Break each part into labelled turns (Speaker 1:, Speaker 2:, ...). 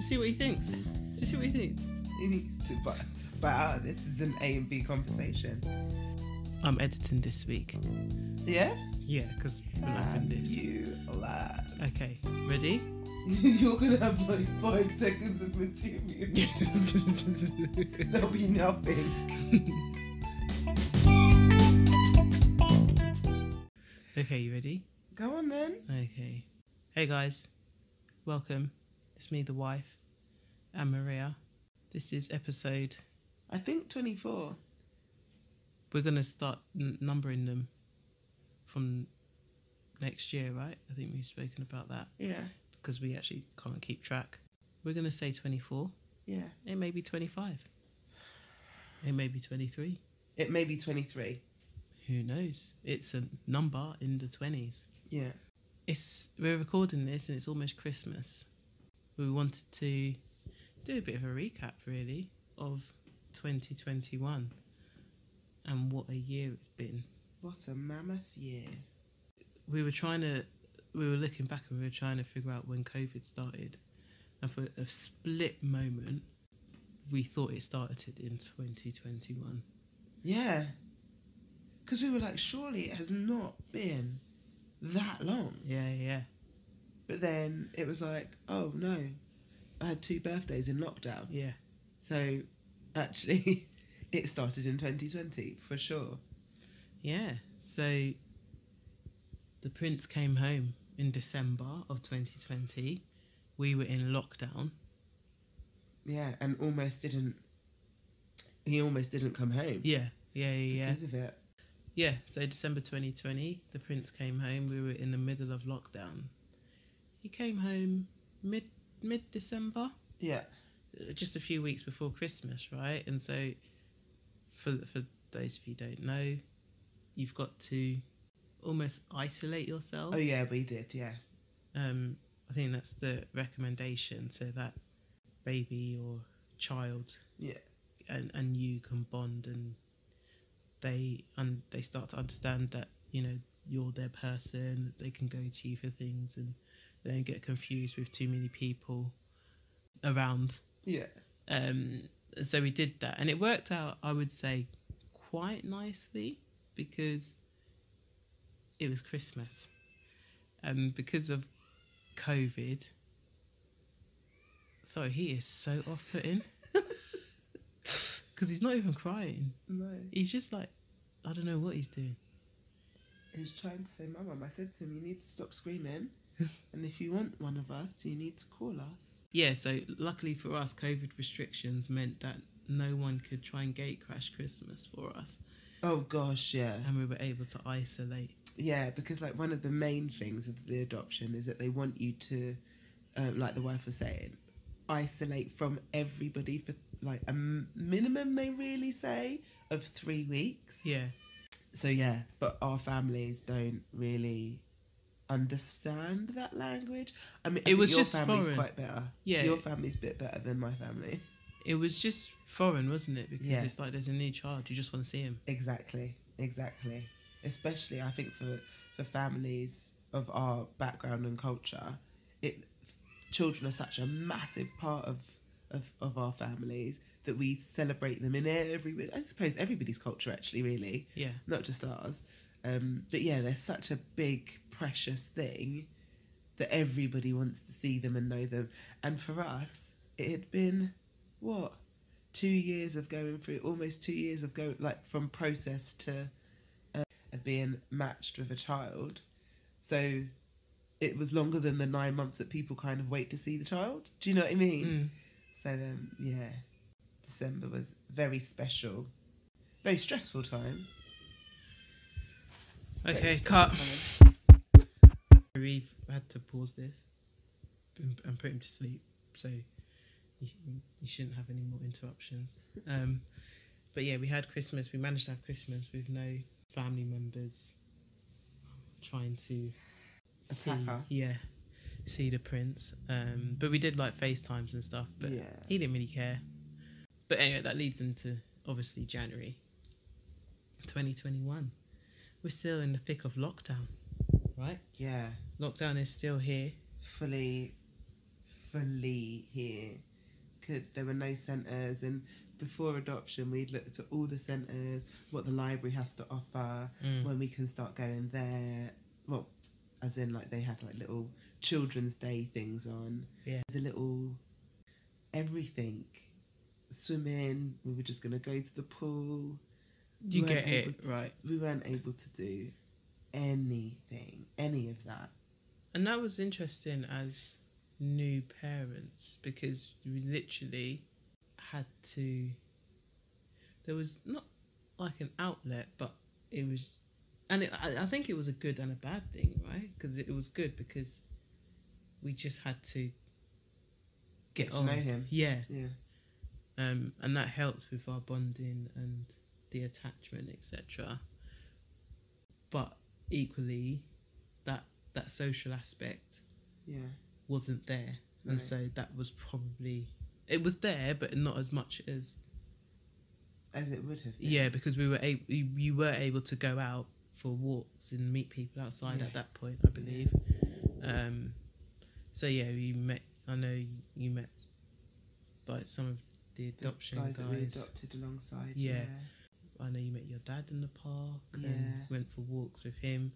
Speaker 1: see what he thinks. Just see what he thinks.
Speaker 2: He needs to, but but uh, this is an A and B conversation.
Speaker 1: I'm editing this week.
Speaker 2: Yeah.
Speaker 1: Yeah, because we're laughing
Speaker 2: And
Speaker 1: this.
Speaker 2: you laugh.
Speaker 1: Okay, ready?
Speaker 2: You're gonna have like five seconds of material. There'll be nothing.
Speaker 1: okay, you ready?
Speaker 2: Go on then.
Speaker 1: Okay. Hey guys, welcome. It's me, the wife, and Maria. This is episode.
Speaker 2: I think 24.
Speaker 1: We're gonna start n- numbering them from next year, right? I think we've spoken about that
Speaker 2: Yeah.
Speaker 1: because we actually can't keep track. We're gonna say 24.
Speaker 2: Yeah.
Speaker 1: It may be 25. It may be 23.
Speaker 2: It may be 23.
Speaker 1: Who knows? It's a number in the 20s.
Speaker 2: Yeah.
Speaker 1: it's we're recording this and it's almost Christmas. We wanted to do a bit of a recap, really, of 2021 and what a year it's been.
Speaker 2: What a mammoth year.
Speaker 1: We were trying to, we were looking back and we were trying to figure out when COVID started, and for a split moment, we thought it started in 2021.
Speaker 2: Yeah. Because we were like, surely it has not been that long.
Speaker 1: Yeah, yeah,
Speaker 2: But then it was like, oh no, I had two birthdays in lockdown.
Speaker 1: yeah.
Speaker 2: So actually, it started in 2020 for sure.
Speaker 1: Yeah. So the prince came home in December of 2020. We were in lockdown.
Speaker 2: Yeah, and almost didn't. He almost didn't come home
Speaker 1: Yeah. Yeah, yeah, yeah.
Speaker 2: because of it.
Speaker 1: Yeah, so December 2020, the prince came home. We were in the middle of lockdown. He came home mid mid December,
Speaker 2: Yeah,
Speaker 1: just a few weeks before Christmas, right? And so for for those of you who don't know, you've got to almost isolate yourself.
Speaker 2: Oh yeah, we did. Yeah,
Speaker 1: um, I think that's the recommendation, so that baby or child,
Speaker 2: Yeah.
Speaker 1: and and you can bond, and they and they start to understand that you know you're their person. They can go to you for things, and they don't get confused with too many people around.
Speaker 2: yeah,
Speaker 1: Um, so we did that, and it worked out. I would say quite nicely because it was Christmas, and because of COVID. So he is so off-putting because he's not even crying.
Speaker 2: no.
Speaker 1: He's just like, I don't know what he's doing.
Speaker 2: He was trying to say, "Mum," I said to him, "You need to stop screaming, and if you want one of us, you need to call us."
Speaker 1: Yeah, so luckily for us, COVID restrictions meant that no one could try and gate crash Christmas for us,
Speaker 2: Oh gosh, yeah,
Speaker 1: and we were able to isolate.
Speaker 2: yeah. Because like one of the main things with the adoption is that they want you to, um, like the wife was saying, isolate from everybody for like a m- minimum they really say of three weeks.
Speaker 1: Yeah,
Speaker 2: So yeah, but our families don't really understand that language. I mean, I
Speaker 1: It
Speaker 2: think
Speaker 1: was
Speaker 2: your
Speaker 1: just
Speaker 2: family's
Speaker 1: foreign.
Speaker 2: quite better.
Speaker 1: yeah.
Speaker 2: your family's a bit better than my family.
Speaker 1: It was just foreign, wasn't it? Because
Speaker 2: Yeah.
Speaker 1: it's like there's a new child, you just want to see him.
Speaker 2: Exactly, exactly. Especially, I think for for families of our background and culture, it children are such a massive part of of, of our families that we celebrate them in every. I suppose everybody's culture actually, really.
Speaker 1: Yeah,
Speaker 2: not just ours. Um, but yeah, they're such a big, precious thing that everybody wants to see them and know them. And for us, it had been what two years of going through, almost two years of going like from process to uh, of being matched with a child. So it was longer than the nine months that people kind of wait to see the child. Do you know what I mean?
Speaker 1: Mm.
Speaker 2: So um, yeah, December was very special, very stressful time. very
Speaker 1: Okay,
Speaker 2: stressful
Speaker 1: cut.
Speaker 2: time.
Speaker 1: We had to pause this and, and put him to sleep, so you, you shouldn't have any more interruptions. Um, but yeah, we had Christmas. We managed to have Christmas with no family members trying to see,
Speaker 2: Attack us.
Speaker 1: yeah, see the prince. Um, but we did like FaceTimes and stuff. But
Speaker 2: yeah,
Speaker 1: he didn't really care. But anyway, that leads into obviously January 2021. We're still in the thick of lockdown, right?
Speaker 2: yeah,
Speaker 1: Lockdown is still here.
Speaker 2: fully, fully here. Could there were no centres, and before adoption, we'd looked at all the centres, what the library has to offer,
Speaker 1: Mm.
Speaker 2: when we can start going there. Well, as in like they had like little children's day things on.
Speaker 1: Yeah.
Speaker 2: There's a little everything. Swimming, we were just gonna go to the pool. We
Speaker 1: you
Speaker 2: weren't
Speaker 1: get
Speaker 2: able
Speaker 1: it
Speaker 2: to-
Speaker 1: right.
Speaker 2: We weren't able to do anything, any of that.
Speaker 1: And that was interesting as new parents because we literally had to. There was not like an outlet, but it was, and it, I, I think it was a good and a bad thing, right? Because it, was good because we just had to
Speaker 2: Get to
Speaker 1: on.
Speaker 2: know him.
Speaker 1: Yeah,
Speaker 2: Yeah.
Speaker 1: um, and that helped with our bonding and the attachment, etc. But equally, that that social aspect
Speaker 2: Yeah.
Speaker 1: wasn't there, and
Speaker 2: Right.
Speaker 1: so that was probably it was there, but not as much as
Speaker 2: As it would have been.
Speaker 1: yeah, because we were able you, you were able to go out for walks and meet people outside at that
Speaker 2: Yes.
Speaker 1: point, I believe. Um, so yeah, you met. I know you met like some of the
Speaker 2: The
Speaker 1: adoption guys.
Speaker 2: guys, that we adopted alongside.
Speaker 1: Yeah.
Speaker 2: Yeah.
Speaker 1: I know you met your dad in the park and
Speaker 2: Yeah.
Speaker 1: went for walks with him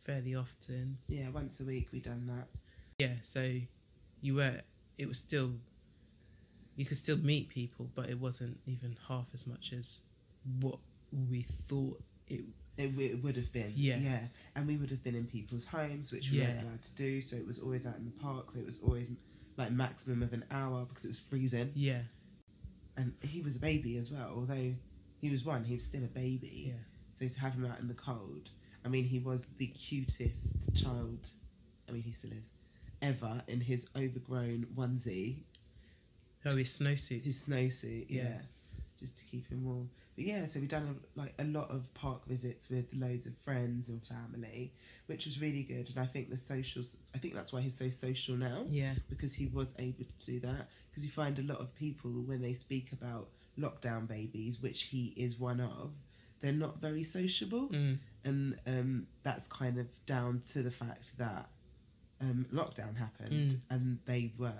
Speaker 1: fairly often.
Speaker 2: yeah. Once a week we done that.
Speaker 1: yeah so you were it was still you could still meet people but it wasn't even half as much as what we thought it
Speaker 2: It, w- it would have been.
Speaker 1: Yeah.
Speaker 2: Yeah. And we would have been in people's homes, which we weren't
Speaker 1: Yeah.
Speaker 2: allowed to do. So it was always out in the park. So it was always like maximum of an hour because it was freezing.
Speaker 1: yeah
Speaker 2: And he was a baby as well. Although he was one, he was still a baby.
Speaker 1: yeah
Speaker 2: So to have him out in the cold, I mean, he was the cutest child. I mean, he still is. Ever in his overgrown onesie,
Speaker 1: oh his snowsuit
Speaker 2: his snowsuit, yeah.
Speaker 1: Yeah.
Speaker 2: just to keep him warm. But yeah, so we've done a, like a lot of park visits with loads of friends and family, which was really good. And I think the social, I think that's why he's so social now
Speaker 1: yeah
Speaker 2: because he was able to do that. Because you find a lot of people when they speak about lockdown babies, which he is one of, they're not very sociable
Speaker 1: mm.
Speaker 2: and um, that's kind of down to the fact that um, lockdown happened
Speaker 1: Mm.
Speaker 2: and they were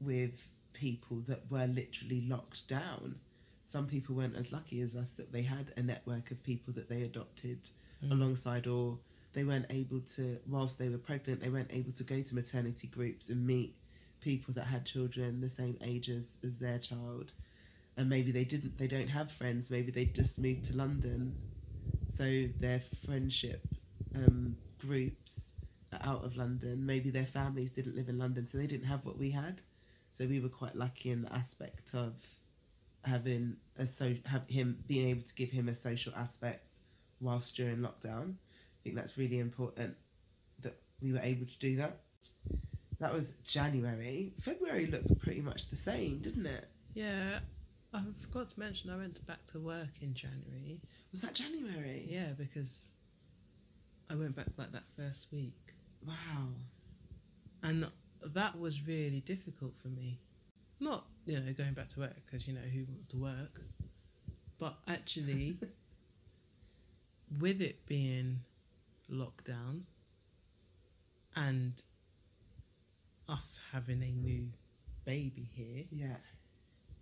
Speaker 2: with people that were literally locked down. Some people weren't as lucky as us that they had a network of people that they adopted
Speaker 1: Mm.
Speaker 2: alongside, or they weren't able to, whilst they were pregnant, they weren't able to go to maternity groups and meet people that had children the same age as, as their child. And maybe they didn't, they don't have friends, maybe they just moved to London so their friendship um, groups are out of London. Maybe their families didn't live in London, so they didn't have what we had. So we were quite lucky in the aspect of having a so have him being able to give him a social aspect whilst during lockdown. I think that's really important that we were able to do that. That was January. February looked pretty much the same, didn't it?
Speaker 1: yeah I forgot to mention I went back to work in January
Speaker 2: Was that January?
Speaker 1: yeah because I went back like that first week
Speaker 2: Wow.
Speaker 1: and that was really difficult for me. Not you know going back to work because you know who wants to work, but actually, with it being lockdown and us having a new baby here,
Speaker 2: Yeah.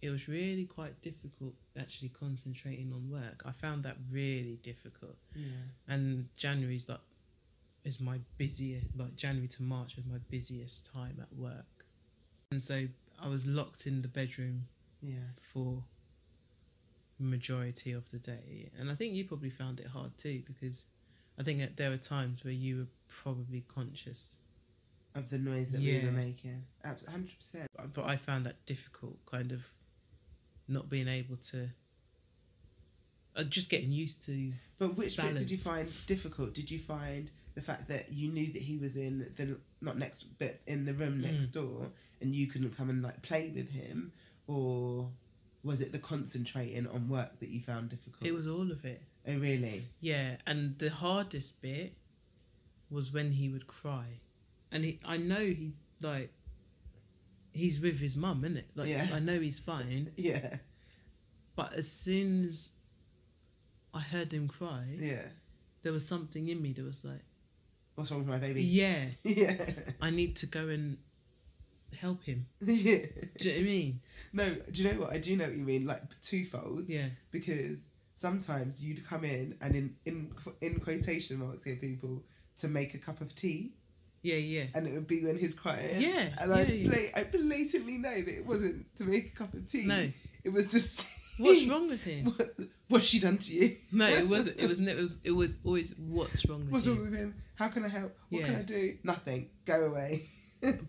Speaker 1: it was really quite difficult actually concentrating on work. I found that really difficult
Speaker 2: Yeah.
Speaker 1: and January's like is my busiest like January to March was my busiest time at work, and so I was locked in the bedroom
Speaker 2: Yeah.
Speaker 1: for majority of the day, and I think you probably found it hard too because I think that there were times where you were probably conscious,
Speaker 2: of the noise that we
Speaker 1: Yeah.
Speaker 2: were making. Hundred percent.
Speaker 1: but I found that difficult, kind of not being able to. uh, Just getting used to
Speaker 2: But which bit did you
Speaker 1: Balance.
Speaker 2: find difficult? Did you find the fact that you knew that he was in the not next but in the room
Speaker 1: Mm.
Speaker 2: next door and you couldn't come and like play with him, or was it the concentrating on work that you found difficult?
Speaker 1: it was all of it.
Speaker 2: Oh really?
Speaker 1: Yeah, and the hardest bit was when he would cry, and he, I know he's like, he's with his mum, isn't it? Like,
Speaker 2: Yeah.
Speaker 1: I know he's fine,
Speaker 2: Yeah.
Speaker 1: but as soon as I heard him cry,
Speaker 2: Yeah.
Speaker 1: there was something in me that was like,
Speaker 2: What's wrong with my baby?
Speaker 1: yeah,
Speaker 2: Yeah.
Speaker 1: I need to go and help him.
Speaker 2: yeah.
Speaker 1: Do you know what I mean?
Speaker 2: No, do you know what? I do know what you mean. Like twofold.
Speaker 1: Yeah.
Speaker 2: Because sometimes you'd come in and in in qu- in quotation marks here people to make a cup of tea,
Speaker 1: Yeah, yeah.
Speaker 2: and it would be when he's quiet.
Speaker 1: Yeah,
Speaker 2: And I
Speaker 1: yeah, yeah.
Speaker 2: bla- I blatantly know that it wasn't to make a cup of tea.
Speaker 1: No.
Speaker 2: It was to see
Speaker 1: What's wrong with him?
Speaker 2: what what's she done to you.
Speaker 1: No, it wasn't. It was. It was. It was always what's wrong with
Speaker 2: What's
Speaker 1: him.
Speaker 2: wrong with him? How can I help? What can
Speaker 1: Yeah.
Speaker 2: I do? Nothing. Go away.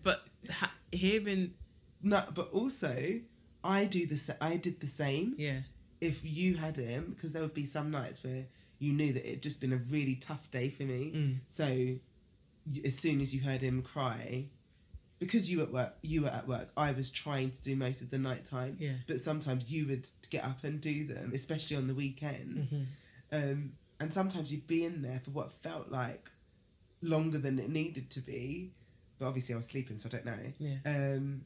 Speaker 1: But ha- hearing,
Speaker 2: No, but also I do the sa- I did the same.
Speaker 1: yeah,
Speaker 2: if you had him, because there would be some nights where you knew that it'd just been a really tough day for me.
Speaker 1: mm,
Speaker 2: So y- as soon as you heard him cry, because you at work, you were at work, I was trying to do most of the night time,
Speaker 1: yeah,
Speaker 2: but sometimes you would get up and do them, especially on the weekends.
Speaker 1: mhm,
Speaker 2: Um, and sometimes you'd be in there for what felt like longer than it needed to be, but obviously I was sleeping, so I don't know.
Speaker 1: yeah,
Speaker 2: Um,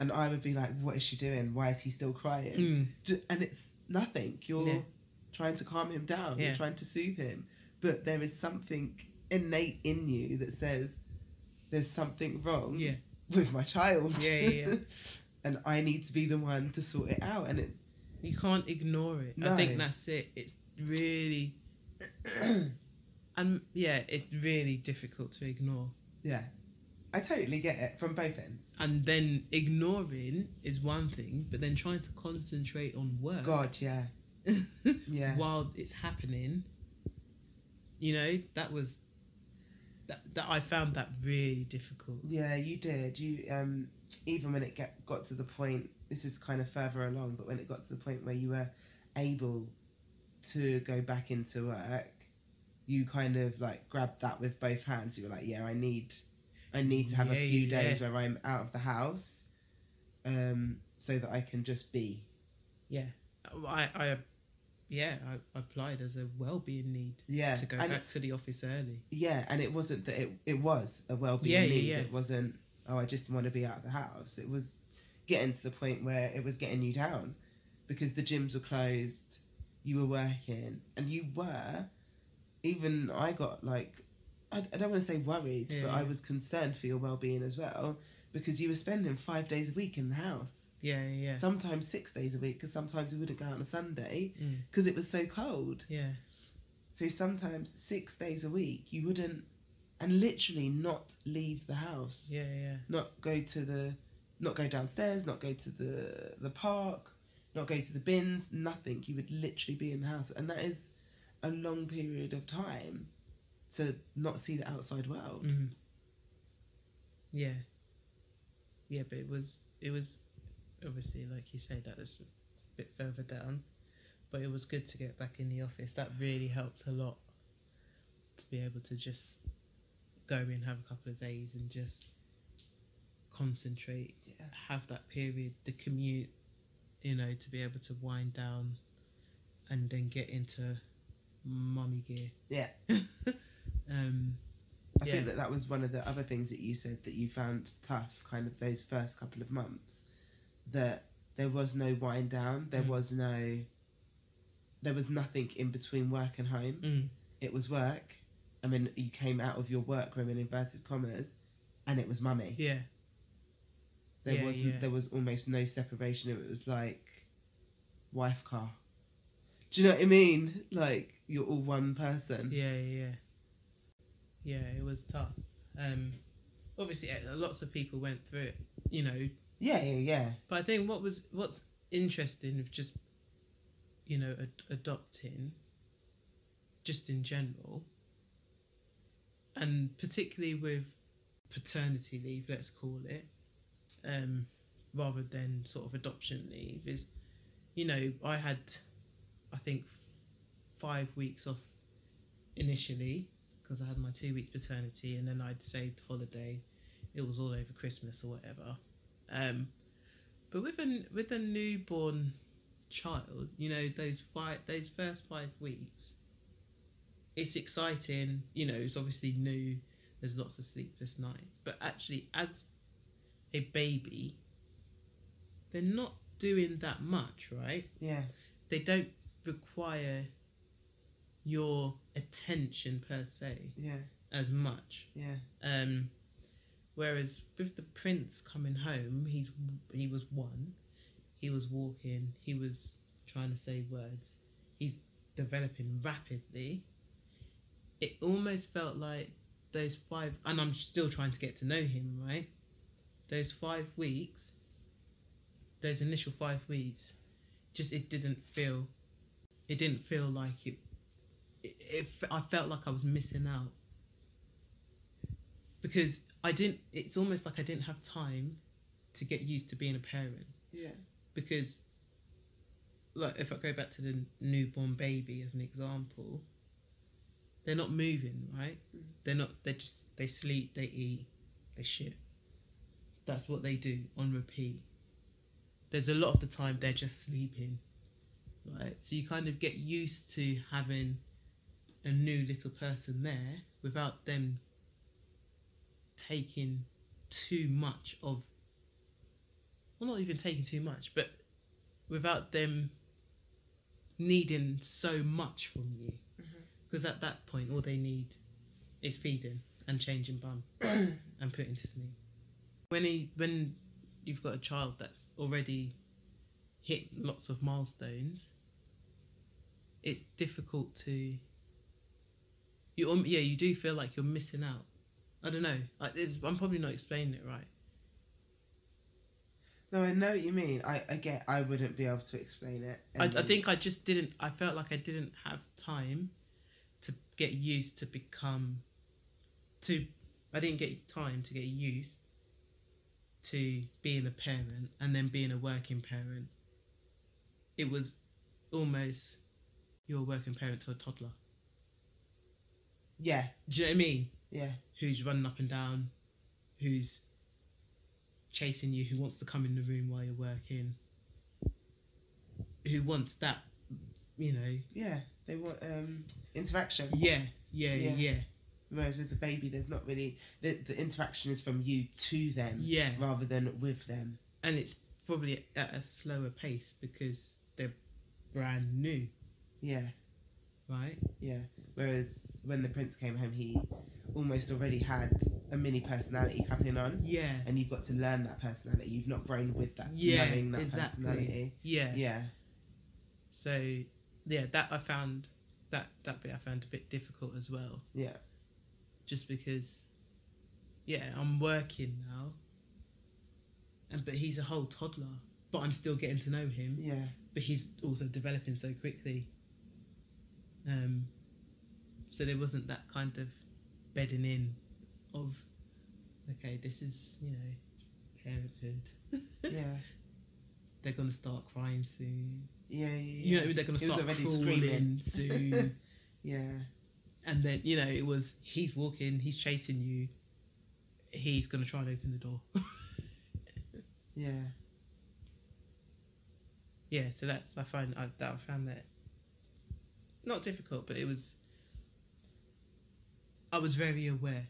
Speaker 2: and I would be like, "What is she doing? Why is he still crying?"
Speaker 1: mm,
Speaker 2: Ju- and it's nothing. You're
Speaker 1: Yeah.
Speaker 2: trying to calm him down.
Speaker 1: Yeah.
Speaker 2: You're trying to soothe him, but there is something innate in you that says there's something wrong
Speaker 1: Mm. yeah,
Speaker 2: with my child.
Speaker 1: Yeah, yeah, yeah.
Speaker 2: and I need to be the one to sort it out. And it,
Speaker 1: you can't ignore it. I
Speaker 2: No.
Speaker 1: think that's it. It's really, and yeah, it's really difficult to ignore.
Speaker 2: yeah, I totally get it from both ends.
Speaker 1: And then ignoring is one thing, but then trying to concentrate on work
Speaker 2: God, yeah, yeah.
Speaker 1: while it's happening, you know, that was that that I found that really difficult.
Speaker 2: Yeah, you did. You um, even when it get, got to the point. This is kind of further along, but when it got to the point where you were able to go back into work, you kind of like grabbed that with both hands. You were like, "Yeah, I need, I need to have
Speaker 1: Yeah,
Speaker 2: a few
Speaker 1: yeah.
Speaker 2: days where I'm out of the house, um, so that I can just be."
Speaker 1: Yeah, I I yeah I applied as a well-being need
Speaker 2: Yeah,
Speaker 1: to go
Speaker 2: and
Speaker 1: back to the office early.
Speaker 2: yeah, and it wasn't that it it was a well being
Speaker 1: Yeah, yeah,
Speaker 2: need.
Speaker 1: yeah.
Speaker 2: It wasn't. Oh, I just want to be out of the house. It was getting to the point where it was getting you down because the gyms were closed. You were working, and you were. Even I got like, I, I don't want to say worried,
Speaker 1: Yeah,
Speaker 2: but
Speaker 1: yeah.
Speaker 2: I was concerned for your well being as well because you were spending five days a week in the house,
Speaker 1: Yeah, yeah, yeah.
Speaker 2: sometimes six days a week, because sometimes we wouldn't go out on a Sunday
Speaker 1: Mm,
Speaker 2: because it was so cold.
Speaker 1: yeah,
Speaker 2: So sometimes six days a week, you wouldn't, and literally not leave the house,
Speaker 1: yeah, yeah,
Speaker 2: not go to the, not go downstairs, not go to the the park, not go to the bins, nothing. You would literally be in the house, and that is a long period of time to not see the outside world.
Speaker 1: mhm. yeah, yeah. But it was it was obviously like you said that was a bit further down, but it was good to get back in the office. That really helped a lot to be able to just go and have a couple of days and just concentrate
Speaker 2: Yeah.
Speaker 1: have that period, the commute, you know, to be able to wind down and then get into mummy gear.
Speaker 2: Yeah.
Speaker 1: um,
Speaker 2: I
Speaker 1: Yeah.
Speaker 2: think that that was one of the other things that you said that you found tough, kind of those first couple of months, that there was no wind down, there
Speaker 1: Mm.
Speaker 2: was no, there was nothing in between work and home.
Speaker 1: mm,
Speaker 2: It was work, I mean, you came out of your workroom in inverted commas, and it was mummy.
Speaker 1: yeah,
Speaker 2: There
Speaker 1: Yeah,
Speaker 2: wasn't,
Speaker 1: yeah.
Speaker 2: there was almost no separation. It was like, wife car. Do you know what I mean? Like you're all one person.
Speaker 1: yeah, yeah, yeah. It was tough. Um, obviously, eh, lots of people went through it, you know.
Speaker 2: Yeah, yeah, yeah.
Speaker 1: But I think what was what's interesting of just, you know, ad- adopting. Just in general. And particularly with paternity leave, let's call it, um, rather than sort of adoption leave, is, you know, I had, I think, five weeks off initially because I had my two weeks paternity and then I'd saved holiday. It was all over Christmas or whatever. Um, but with a with a newborn child, you know those five those first five weeks, it's exciting. You know, it's obviously new. There's lots of sleepless nights, but actually, as a baby, they're not doing that much, right?
Speaker 2: Yeah.
Speaker 1: They don't require your attention per se
Speaker 2: Yeah.
Speaker 1: as much.
Speaker 2: Yeah.
Speaker 1: Um, Whereas with the prince coming home, he's he was one, he was walking, he was trying to say words, he's developing rapidly. It almost felt like those five, and I'm still trying to get to know him, right? Those five weeks, those initial five weeks, just it didn't feel, it didn't feel like it. It, it f- I felt like I was missing out because I didn't. It's almost like I didn't have time to get used to being a parent
Speaker 2: Yeah.
Speaker 1: because, like, if I go back to the newborn baby as an example, they're not moving, right?
Speaker 2: Mhm.
Speaker 1: They're not. They just they sleep, they eat, they shit. That's what they do on repeat. There's a lot of the time they're just sleeping, right? So you kind of get used to having a new little person there without them taking too much of well not even taking too much but without them needing so much from you because at that point all they need is feeding and changing bum and putting to sleep when he when you've got a child that's already hit lots of milestones it's difficult to you um, yeah you do feel like you're missing out i don't know I, it's, i'm probably not explaining it right
Speaker 2: No, I know what you mean. I, I get. I wouldn't be able to explain it.
Speaker 1: I,
Speaker 2: and
Speaker 1: I think I just didn't. I felt like I didn't have time to get used to become. To, I didn't get time to get used to being a parent and then being a working parent. It was almost you're a working parent to a toddler.
Speaker 2: Yeah.
Speaker 1: Do you know what I mean?
Speaker 2: Yeah.
Speaker 1: Who's running up and down, who's chasing you, who wants to come in the room while you're working, who wants that, you know,
Speaker 2: Yeah. They want um interaction.
Speaker 1: Yeah, yeah,
Speaker 2: Yeah.
Speaker 1: yeah, yeah.
Speaker 2: Whereas with the baby, there's not really the the interaction is from you to them rather than with them.
Speaker 1: And it's probably at a slower pace because they're brand new,
Speaker 2: Yeah.
Speaker 1: right?
Speaker 2: Yeah. Whereas when the prince came home, he almost already had a mini personality coming on,
Speaker 1: Yeah,
Speaker 2: and you've got to learn that personality. You've not grown with that,
Speaker 1: Yeah,
Speaker 2: knowing that
Speaker 1: exactly.
Speaker 2: personality.
Speaker 1: yeah,
Speaker 2: Yeah.
Speaker 1: So, yeah, that I found that that bit I found a bit difficult as well,
Speaker 2: Yeah.
Speaker 1: just because, yeah, I'm working now, and but he's a whole toddler, but I'm still getting to know him.
Speaker 2: Yeah.
Speaker 1: but he's also developing so quickly. Um, so there wasn't that kind of bedding in of, okay, this is you know, parenthood.
Speaker 2: Yeah.
Speaker 1: They're gonna start crying soon.
Speaker 2: Yeah. Yeah.
Speaker 1: You know what I
Speaker 2: Yeah.
Speaker 1: mean? They're gonna
Speaker 2: He was
Speaker 1: start
Speaker 2: already
Speaker 1: crawling
Speaker 2: screaming.
Speaker 1: soon.
Speaker 2: yeah.
Speaker 1: and then you know it was he's walking, he's chasing you. He's gonna try and open the door.
Speaker 2: Yeah.
Speaker 1: yeah, so that's I find I, that I found that not difficult, but it was. I was very aware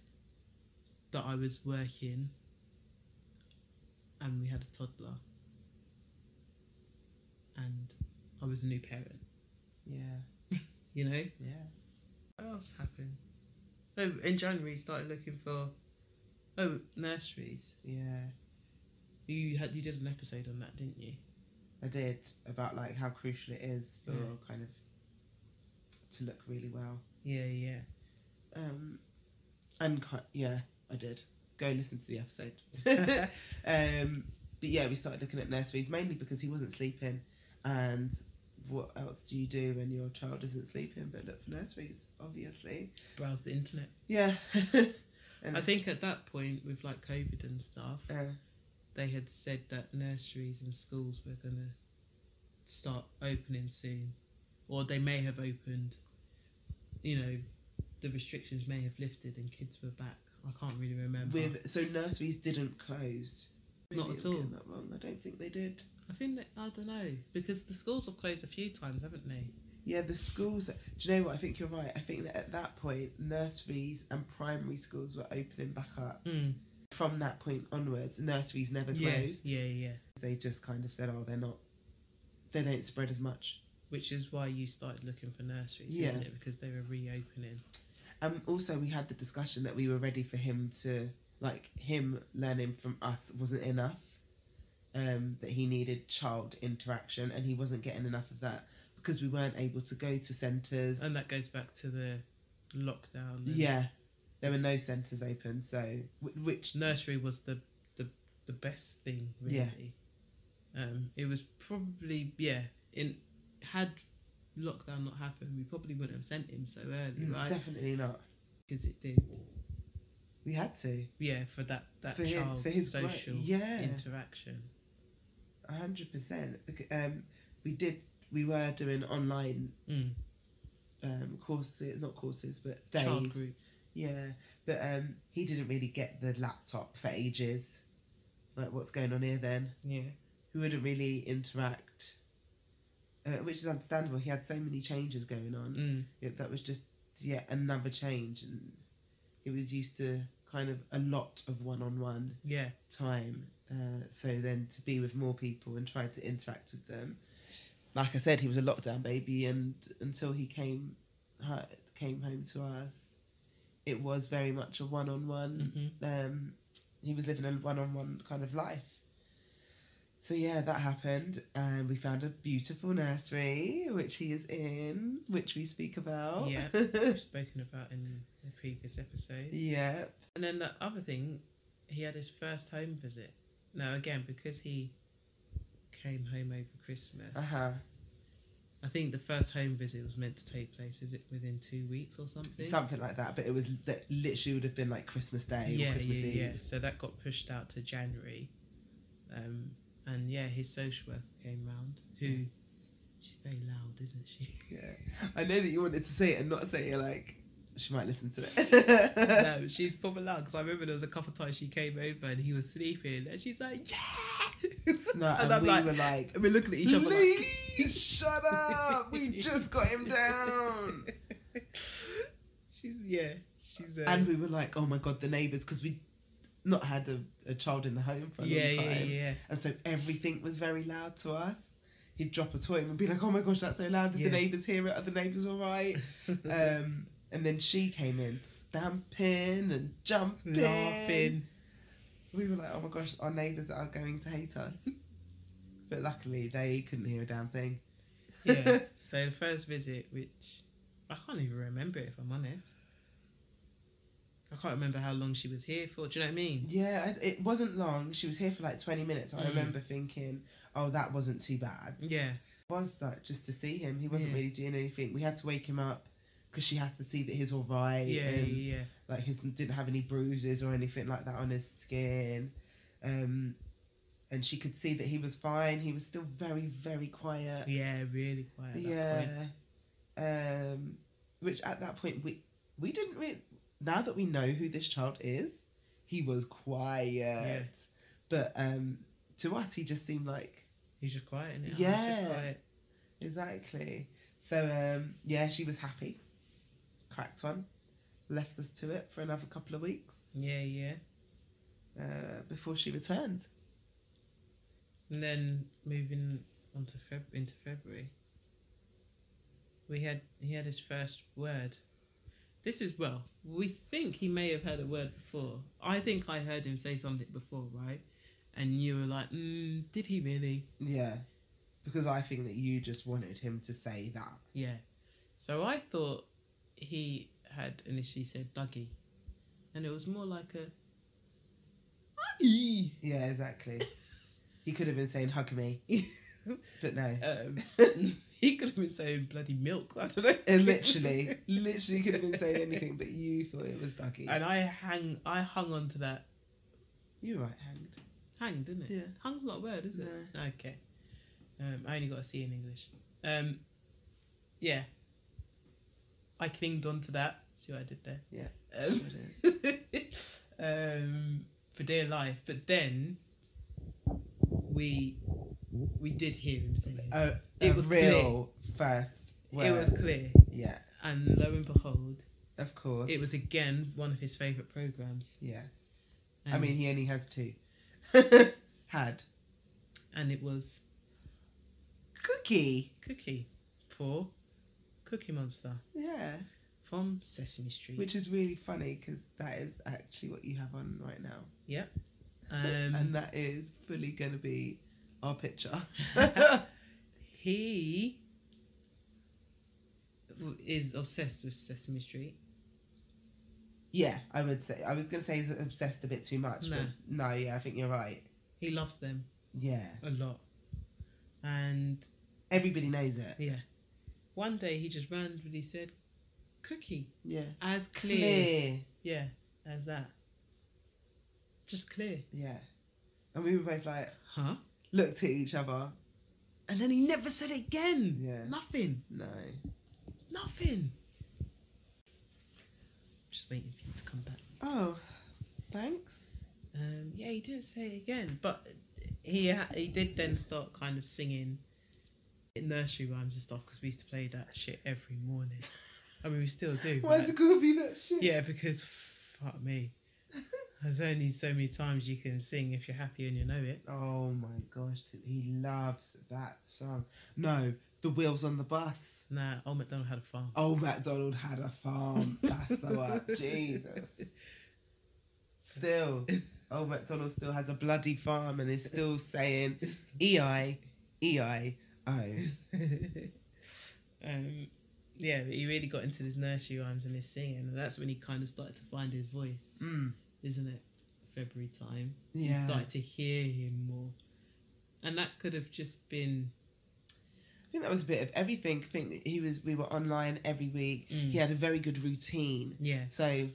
Speaker 1: that I was working, and we had a toddler, and I was a new parent.
Speaker 2: Yeah.
Speaker 1: You know
Speaker 2: Yeah.
Speaker 1: what else happened? Oh, in January, started looking for oh nurseries.
Speaker 2: Yeah.
Speaker 1: You had you did an episode on that, didn't you?
Speaker 2: I did about like how crucial it is for
Speaker 1: Yeah.
Speaker 2: kind of to look really well.
Speaker 1: Yeah, yeah.
Speaker 2: Um, and ki- yeah, I did. Go listen to the episode. um, but yeah, we started looking at nurseries mainly because he wasn't sleeping, and what else do you do when your child isn't sleeping but look for nurseries? Obviously,
Speaker 1: Browse the internet.
Speaker 2: yeah. and,
Speaker 1: I think at that point, with like COVID and stuff,
Speaker 2: uh,
Speaker 1: they had said that nurseries and schools were going to start opening soon, or they may have opened. You know, the restrictions may have lifted and kids were back. I can't really remember.
Speaker 2: with so nurseries didn't close.
Speaker 1: Not
Speaker 2: Maybe
Speaker 1: at
Speaker 2: I'm
Speaker 1: all.
Speaker 2: getting That wrong. I don't think they did.
Speaker 1: I think that, I don't know because the schools have closed a few times, haven't they?
Speaker 2: Yeah, the schools. Do you know what? I think you're right. I think that at that point, nurseries and primary schools were opening back up.
Speaker 1: Mm.
Speaker 2: From that point onwards, nurseries never
Speaker 1: Yeah,
Speaker 2: closed.
Speaker 1: yeah, yeah.
Speaker 2: They just kind of said, "Oh, they're not. They don't spread as much."
Speaker 1: Which is why you started looking for nurseries,
Speaker 2: Yeah.
Speaker 1: isn't it? Because they were reopening.
Speaker 2: Um. Also, we had the discussion that we were ready for him to like him learning from us wasn't enough. Um, that he needed child interaction, and he wasn't getting enough of that because we weren't able to go to centres.
Speaker 1: And that goes back to the lockdown. and
Speaker 2: yeah, there were no centres open, so wh- which
Speaker 1: Nursery was the, the, the best thing, really. Um, it was probably, yeah, in had lockdown not happened, we probably wouldn't have sent him so early, right? 'Cause right?
Speaker 2: Mm, definitely not.
Speaker 1: Because it did.
Speaker 2: We had to
Speaker 1: Yeah, for that, that
Speaker 2: for his
Speaker 1: child
Speaker 2: for his gro-
Speaker 1: social
Speaker 2: yeah.
Speaker 1: interaction.
Speaker 2: A hundred percent. Bec- Um, we did. We were doing online
Speaker 1: Mm.
Speaker 2: um courses, not courses, but days.
Speaker 1: Child groups.
Speaker 2: Yeah, but um, he didn't really get the laptop for ages. Like, what's going on here then?
Speaker 1: Yeah.
Speaker 2: He wouldn't really interact, uh, which is understandable. He had so many changes going on.
Speaker 1: Mm.
Speaker 2: It, that was just yet another change, and he was used to kind of a lot of one-on-one
Speaker 1: Yeah.
Speaker 2: time. Uh, so then to be with more people and try to interact with them. Like I said, he was a lockdown baby, and until he came ho- came home to us, it was very much a one on one.
Speaker 1: hmm
Speaker 2: Um, he was living a one on one kind of life. So yeah, that happened, and we found a beautiful nursery which he is in, which we speak about.
Speaker 1: Yeah. Spoken about in the previous episode.
Speaker 2: yeah.
Speaker 1: And then the other thing, he had his first home visit. Now again, because he came home over Christmas,
Speaker 2: Uh huh.
Speaker 1: I think the first home visit was meant to take place. Is it within two weeks or something?
Speaker 2: Something like that, but it was that literally would have been like Christmas Day
Speaker 1: yeah,
Speaker 2: or Christmas
Speaker 1: yeah,
Speaker 2: Eve.
Speaker 1: yeah. So that got pushed out to January, um, and yeah, his social worker came round. Who, she's very loud, isn't she?
Speaker 2: Yeah. I know that you wanted to say it and not say it like she might listen to it.
Speaker 1: no, she's proper loud. Because I remember there was a couple of times she came over and he was sleeping, and she's like, "Yeah,"
Speaker 2: no, and,
Speaker 1: And I'm
Speaker 2: we
Speaker 1: like-
Speaker 2: were like,
Speaker 1: and we're looking at each other like.
Speaker 2: please shut up. We just got him down.
Speaker 1: she's yeah, she's uh,
Speaker 2: And we were like, oh my god, the neighbours, because we not had a, a child in the home for a
Speaker 1: yeah,
Speaker 2: long time.
Speaker 1: yeah, yeah,
Speaker 2: And so everything was very loud to us. He'd drop a toy and we'd be like, oh my gosh, that's so loud. Did
Speaker 1: Yeah.
Speaker 2: the neighbours hear it? Are the neighbours all right? um, and then she came in stamping and jumping.
Speaker 1: Um, laughing.
Speaker 2: We were like, oh my gosh, our neighbours are going to hate us. but luckily, they couldn't hear a damn thing.
Speaker 1: Yeah. So the first visit, which I can't even remember if I'm honest. I can't remember how long she was here for. Do you know what I mean?
Speaker 2: Yeah, I- it wasn't long. She was here for like 20 minutes. I
Speaker 1: Mm.
Speaker 2: remember thinking, oh, that wasn't too bad.
Speaker 1: Yeah,
Speaker 2: It was like just to see him. He wasn't
Speaker 1: Yeah.
Speaker 2: really doing anything. We had to wake him up because she has to see that he's all right.
Speaker 1: yeah, yeah,
Speaker 2: and
Speaker 1: yeah.
Speaker 2: like his didn't have any bruises or anything like that on his skin um and she could see that he was fine he was still very very quiet
Speaker 1: Yeah, really quiet. at that
Speaker 2: yeah
Speaker 1: point.
Speaker 2: um which at that point we we didn't really now that we know who this child is he was quiet but um to us he just seemed like
Speaker 1: He's just quiet. Isn't He's
Speaker 2: Yeah.
Speaker 1: just quiet.
Speaker 2: Exactly. So um, yeah, she was happy. Cracked one. Left us to it for another couple of weeks
Speaker 1: Yeah, yeah.
Speaker 2: uh, before she returned.
Speaker 1: And then moving on to Feb- into February, we had he had his first word. This is well, we think he may have heard a word before. I think I heard him say something before, right? And you were like, mm, "Did he really?"
Speaker 2: Yeah, because I think that you just wanted him to say that.
Speaker 1: Yeah. So I thought he had initially said Dougie, and it was more like a. "Aye."
Speaker 2: Yeah, exactly. he could have been saying "hug me," but no.
Speaker 1: Um, he could have been saying bloody milk. I don't know.
Speaker 2: It literally, literally could have been saying anything, but you thought it was Dougie.
Speaker 1: And I hang, I hung on to that.
Speaker 2: You're right handed.
Speaker 1: Hang, didn't it?
Speaker 2: Yeah.
Speaker 1: Hung's not a word, is it? Okay. Um, I only got a C in English. Um, yeah. I clinged on to that. See what I did there?
Speaker 2: Yeah.
Speaker 1: Um, um, for dear life. But then we we did hear him say it.
Speaker 2: A,
Speaker 1: It
Speaker 2: a
Speaker 1: was
Speaker 2: real first word.
Speaker 1: It was clear.
Speaker 2: Yeah,
Speaker 1: And lo and behold,
Speaker 2: of course.
Speaker 1: it was again one of his favourite programmes.
Speaker 2: Yes. I
Speaker 1: And-
Speaker 2: mean, he only has two. Had
Speaker 1: and it was
Speaker 2: cookie.
Speaker 1: Cookie for Cookie Monster.
Speaker 2: Yeah.
Speaker 1: from Sesame Street.
Speaker 2: Which is really funny because that is actually what you have on right now.
Speaker 1: Yep.
Speaker 2: and
Speaker 1: Um,
Speaker 2: that is fully going to be our picture.
Speaker 1: he w- is obsessed with Sesame Street.
Speaker 2: yeah, I would say. I was going to say he's obsessed a bit too much, but
Speaker 1: No.
Speaker 2: no, yeah, I think you're right.
Speaker 1: He loves them
Speaker 2: Yeah.
Speaker 1: a lot. And
Speaker 2: Everybody knows it.
Speaker 1: yeah, one day he just randomly said, "Cookie,"
Speaker 2: Yeah.
Speaker 1: as clear, yeah, as that, just clear,
Speaker 2: Yeah. And we were both like,
Speaker 1: huh?
Speaker 2: looked at each other.
Speaker 1: And then he never said it again.
Speaker 2: Yeah.
Speaker 1: nothing,
Speaker 2: No.
Speaker 1: nothing. Just waiting for you to come back.
Speaker 2: Oh, thanks.
Speaker 1: Um, yeah, he didn't say it again, but he ha- he did then start kind of singing nursery rhymes and stuff because we used to play that shit every morning. I mean, we still do.
Speaker 2: Why
Speaker 1: but-
Speaker 2: is it going to be that shit?
Speaker 1: yeah, because fuck me, there's only so many times you can sing if you're happy and you know it.
Speaker 2: Oh my gosh, th- he loves that song. No, The Wheels on the Bus.
Speaker 1: Nah, Old MacDonald had a farm.
Speaker 2: Oh, MacDonald had a farm. That's the one. Jesus. Still, oh, MacDonald still has a bloody farm and is still saying E I, E I O.
Speaker 1: um, yeah, but he really got into his nursery rhymes and his singing, and that's when he kind of started to find his voice,
Speaker 2: Mm,
Speaker 1: isn't it? February time. you
Speaker 2: Yeah.
Speaker 1: started to hear him more. And that could have just been
Speaker 2: I think that was a bit of everything. I think he was. We were online every week. He
Speaker 1: yeah.
Speaker 2: had a very good routine.
Speaker 1: mm, Yes.
Speaker 2: So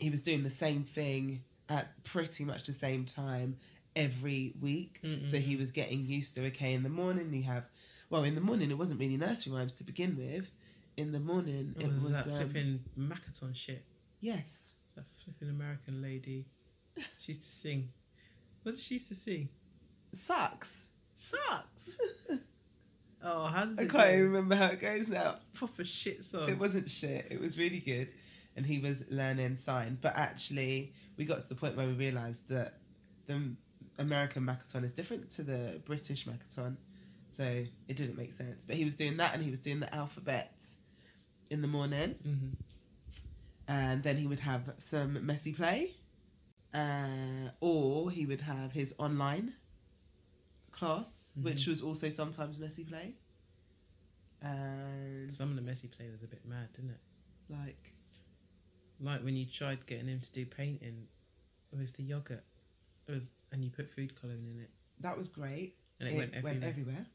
Speaker 2: he was doing the same thing at pretty much the same time every week. So he
Speaker 1: Mm.
Speaker 2: was getting used to okay in the morning you have well in the morning it wasn't really nursery rhymes to begin with. In the morning
Speaker 1: it
Speaker 2: it was,
Speaker 1: was, that
Speaker 2: um,
Speaker 1: flipping Macaton shit.
Speaker 2: yes.
Speaker 1: That flipping American lady. She used to sing. What did she used to sing?
Speaker 2: Sucks.
Speaker 1: Sucks. oh, how does
Speaker 2: I
Speaker 1: it
Speaker 2: can't
Speaker 1: go?
Speaker 2: even remember how it goes now.
Speaker 1: proper shit song.
Speaker 2: It wasn't shit. It was really good. And he was learning sign. But actually, we got to the point where we realised that the American Macathon is different to the British Macathon. So it didn't make sense. But he was doing that and he was doing the alphabet in the morning.
Speaker 1: hmm
Speaker 2: And then he would have some messy play. Uh, or he would have his online class, which was also sometimes messy play. And
Speaker 1: Some of the messy play was a bit mad, didn't it?
Speaker 2: like,
Speaker 1: Like when you tried getting him to do painting with the yogurt with, and you put food colouring in it
Speaker 2: that was great.
Speaker 1: and it, went everywhere.
Speaker 2: everywhere.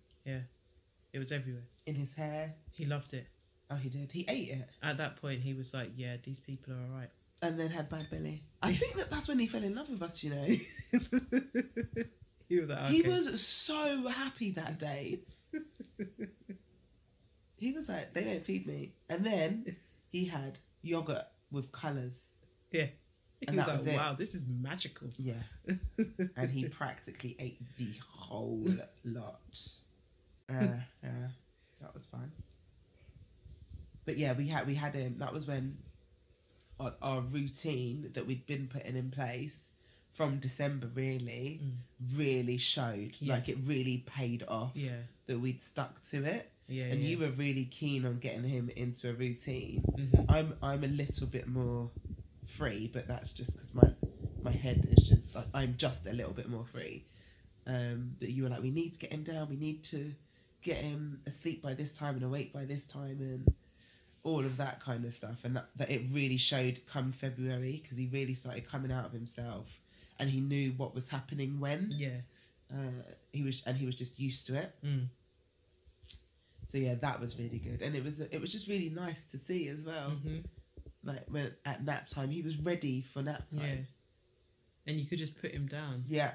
Speaker 1: it was everywhere.
Speaker 2: In his hair.
Speaker 1: He loved it.
Speaker 2: Oh, he did. He ate it
Speaker 1: At that point, he was like, "Yeah, these people are alright."
Speaker 2: and then had bad belly. I think that that's when he fell in love with us, you know.
Speaker 1: he was like,
Speaker 2: He
Speaker 1: Oh, "Okay."
Speaker 2: was so happy that day. he was like, they don't feed me. And then he had yogurt with colours.
Speaker 1: He
Speaker 2: and
Speaker 1: was
Speaker 2: that
Speaker 1: like,
Speaker 2: was it.
Speaker 1: "Wow, this is magical."
Speaker 2: Yeah. and he practically ate the whole lot. Uh, yeah, that was fun. But yeah, we had we had him. That was when our, our routine that we'd been putting in place from December really
Speaker 1: Mm.
Speaker 2: really showed.
Speaker 1: Yeah.
Speaker 2: Like it really paid off
Speaker 1: Yeah,
Speaker 2: that we'd stuck to it.
Speaker 1: yeah.
Speaker 2: and
Speaker 1: yeah.
Speaker 2: you were really keen on getting him into a routine.
Speaker 1: Mhm.
Speaker 2: I'm I'm a little bit more free, but that's just because my my head is just like, I'm just a little bit more free. Um, that you were like, we need to get him down. We need to get him asleep by this time and awake by this time and all of that kind of stuff. And that, that it really showed come February because he really started coming out of himself and he knew what was happening when
Speaker 1: yeah.
Speaker 2: uh, he was and he was just used to it.
Speaker 1: Mm.
Speaker 2: So yeah, that was really good, and it was it was just really nice to see as well.
Speaker 1: Mhm.
Speaker 2: Like when at nap time, he was ready for nap
Speaker 1: Yeah.
Speaker 2: time.
Speaker 1: And you could just put him down,
Speaker 2: Yeah,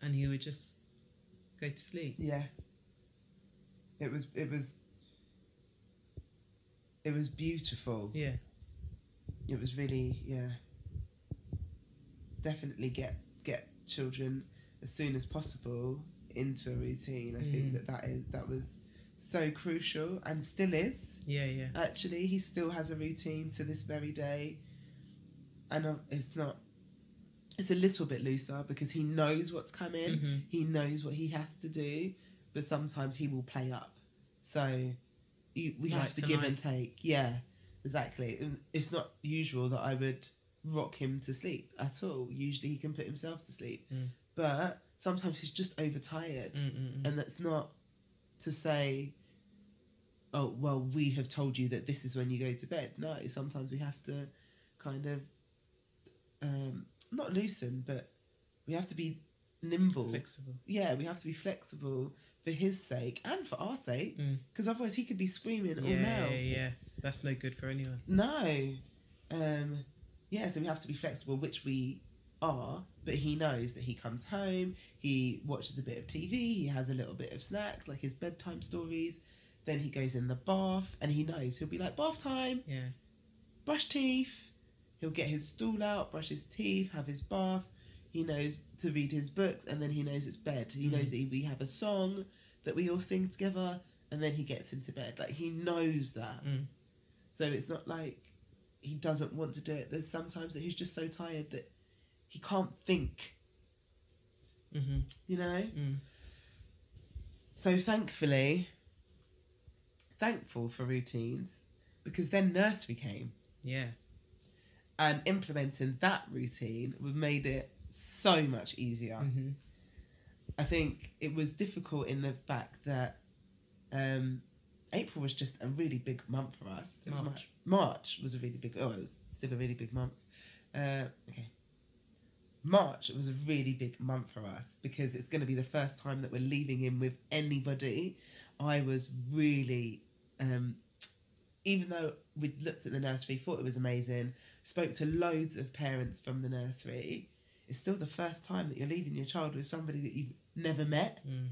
Speaker 1: and he would just go to sleep.
Speaker 2: yeah. It was it was it was beautiful.
Speaker 1: Yeah,
Speaker 2: It was really yeah. Definitely get get children as soon as possible into a routine. I think
Speaker 1: Mm.
Speaker 2: that that is that was so crucial and still is.
Speaker 1: yeah, yeah.
Speaker 2: actually he still has a routine to this very day and uh, it's not it's a little bit looser because he knows what's coming
Speaker 1: Mhm.
Speaker 2: he knows what he has to do but sometimes he will play up so you, we have
Speaker 1: Like
Speaker 2: to give and take yeah Exactly. And it's not usual that I would rock him to sleep at all. Usually he can put himself to sleep.
Speaker 1: Mm.
Speaker 2: But sometimes he's just overtired.
Speaker 1: Mm-mm-mm.
Speaker 2: And that's not to say, oh, well, we have told you that this is when you go to bed. No, sometimes we have to kind of, um, not loosen, but we have to be nimble.
Speaker 1: Flexible.
Speaker 2: yeah, we have to be flexible for his sake and for our sake,
Speaker 1: Mm.
Speaker 2: because otherwise he could be screaming all
Speaker 1: yeah,
Speaker 2: now.
Speaker 1: yeah, yeah. That's no good for anyone.
Speaker 2: No. Um, yeah, so we have to be flexible, which we are, but he knows that he comes home, he watches a bit of TV, he has a little bit of snacks, like his bedtime stories, then he goes in the bath, and he knows he'll be like, bath time,
Speaker 1: Yeah.
Speaker 2: brush teeth. He'll get his stool out, brush his teeth, have his bath. He knows to read his books, and then he knows it's bed. He
Speaker 1: Mhm.
Speaker 2: knows that we have a song that we all sing together, and then he gets into bed. Like, he knows that.
Speaker 1: Mm.
Speaker 2: So it's not like he doesn't want to do it. There's sometimes that he's just so tired that he can't think,
Speaker 1: Mm-hmm.
Speaker 2: you know?
Speaker 1: Mm.
Speaker 2: So thankfully, thankful for routines because then nursery came
Speaker 1: Yeah.
Speaker 2: and implementing that routine would made it so much easier.
Speaker 1: Mm-hmm.
Speaker 2: I think it was difficult in the fact that um, April was just a really big month for us. It was
Speaker 1: March.
Speaker 2: Mar- March was a really big. Oh, it was still a really big month. Uh, okay. March was a really big month for us because it's going to be the first time that we're leaving him with anybody. I was really, um, even though we looked at the nursery, thought it was amazing, spoke to loads of parents from the nursery. It's still the first time that you're leaving your child with somebody that you've never met
Speaker 1: Mm.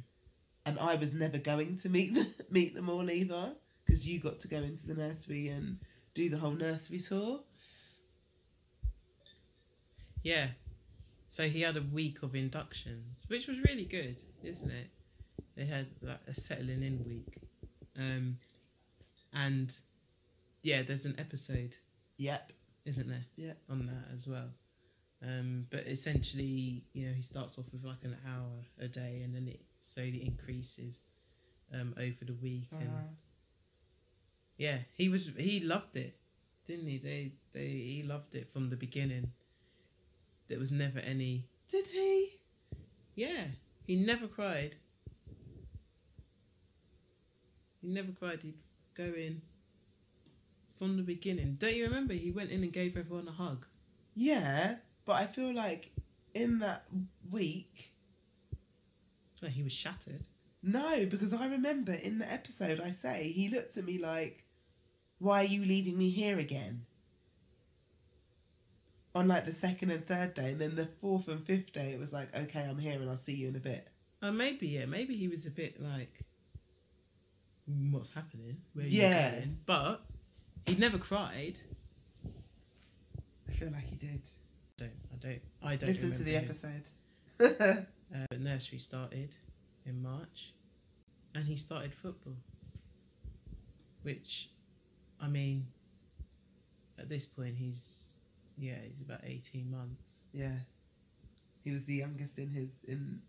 Speaker 2: and I was never going to meet them, meet them all either because you got to go into the nursery and do the whole nursery tour.
Speaker 1: Yeah. So he had a week of inductions, which was really good, isn't it? They had like a settling in week. Um and yeah, there's an episode,
Speaker 2: Yep.
Speaker 1: isn't there?
Speaker 2: Yeah.
Speaker 1: On that as well. Um but essentially, you know, he starts off with like an hour a day and then it slowly increases um over the week and yeah, he was he loved it, didn't he? They they he loved it from the beginning. There was never any
Speaker 2: Did he?
Speaker 1: yeah, he never cried. He never cried. He'd go in from the beginning. Don't you remember? He went in and gave everyone a hug.
Speaker 2: Yeah, but I feel like in that week,
Speaker 1: No, he was shattered.
Speaker 2: no, because I remember in the episode I say he looked at me like, "Why are you leaving me here again?" On like the second and third day, and then the fourth and fifth day, it was like, "Okay, I'm here, and I'll see you in a bit."
Speaker 1: Oh, maybe yeah. Maybe he was a bit like, "Mm, "What's happening? Where are
Speaker 2: Yeah.
Speaker 1: you going?" But he never cried.
Speaker 2: I feel like he did.
Speaker 1: I don't. I don't. I don't.
Speaker 2: Listen to
Speaker 1: remember
Speaker 2: the
Speaker 1: him.
Speaker 2: episode.
Speaker 1: Uh, but nursery started in March, and he started football. Which, I mean, at this point he's yeah he's about eighteen months.
Speaker 2: yeah, he was the youngest in his in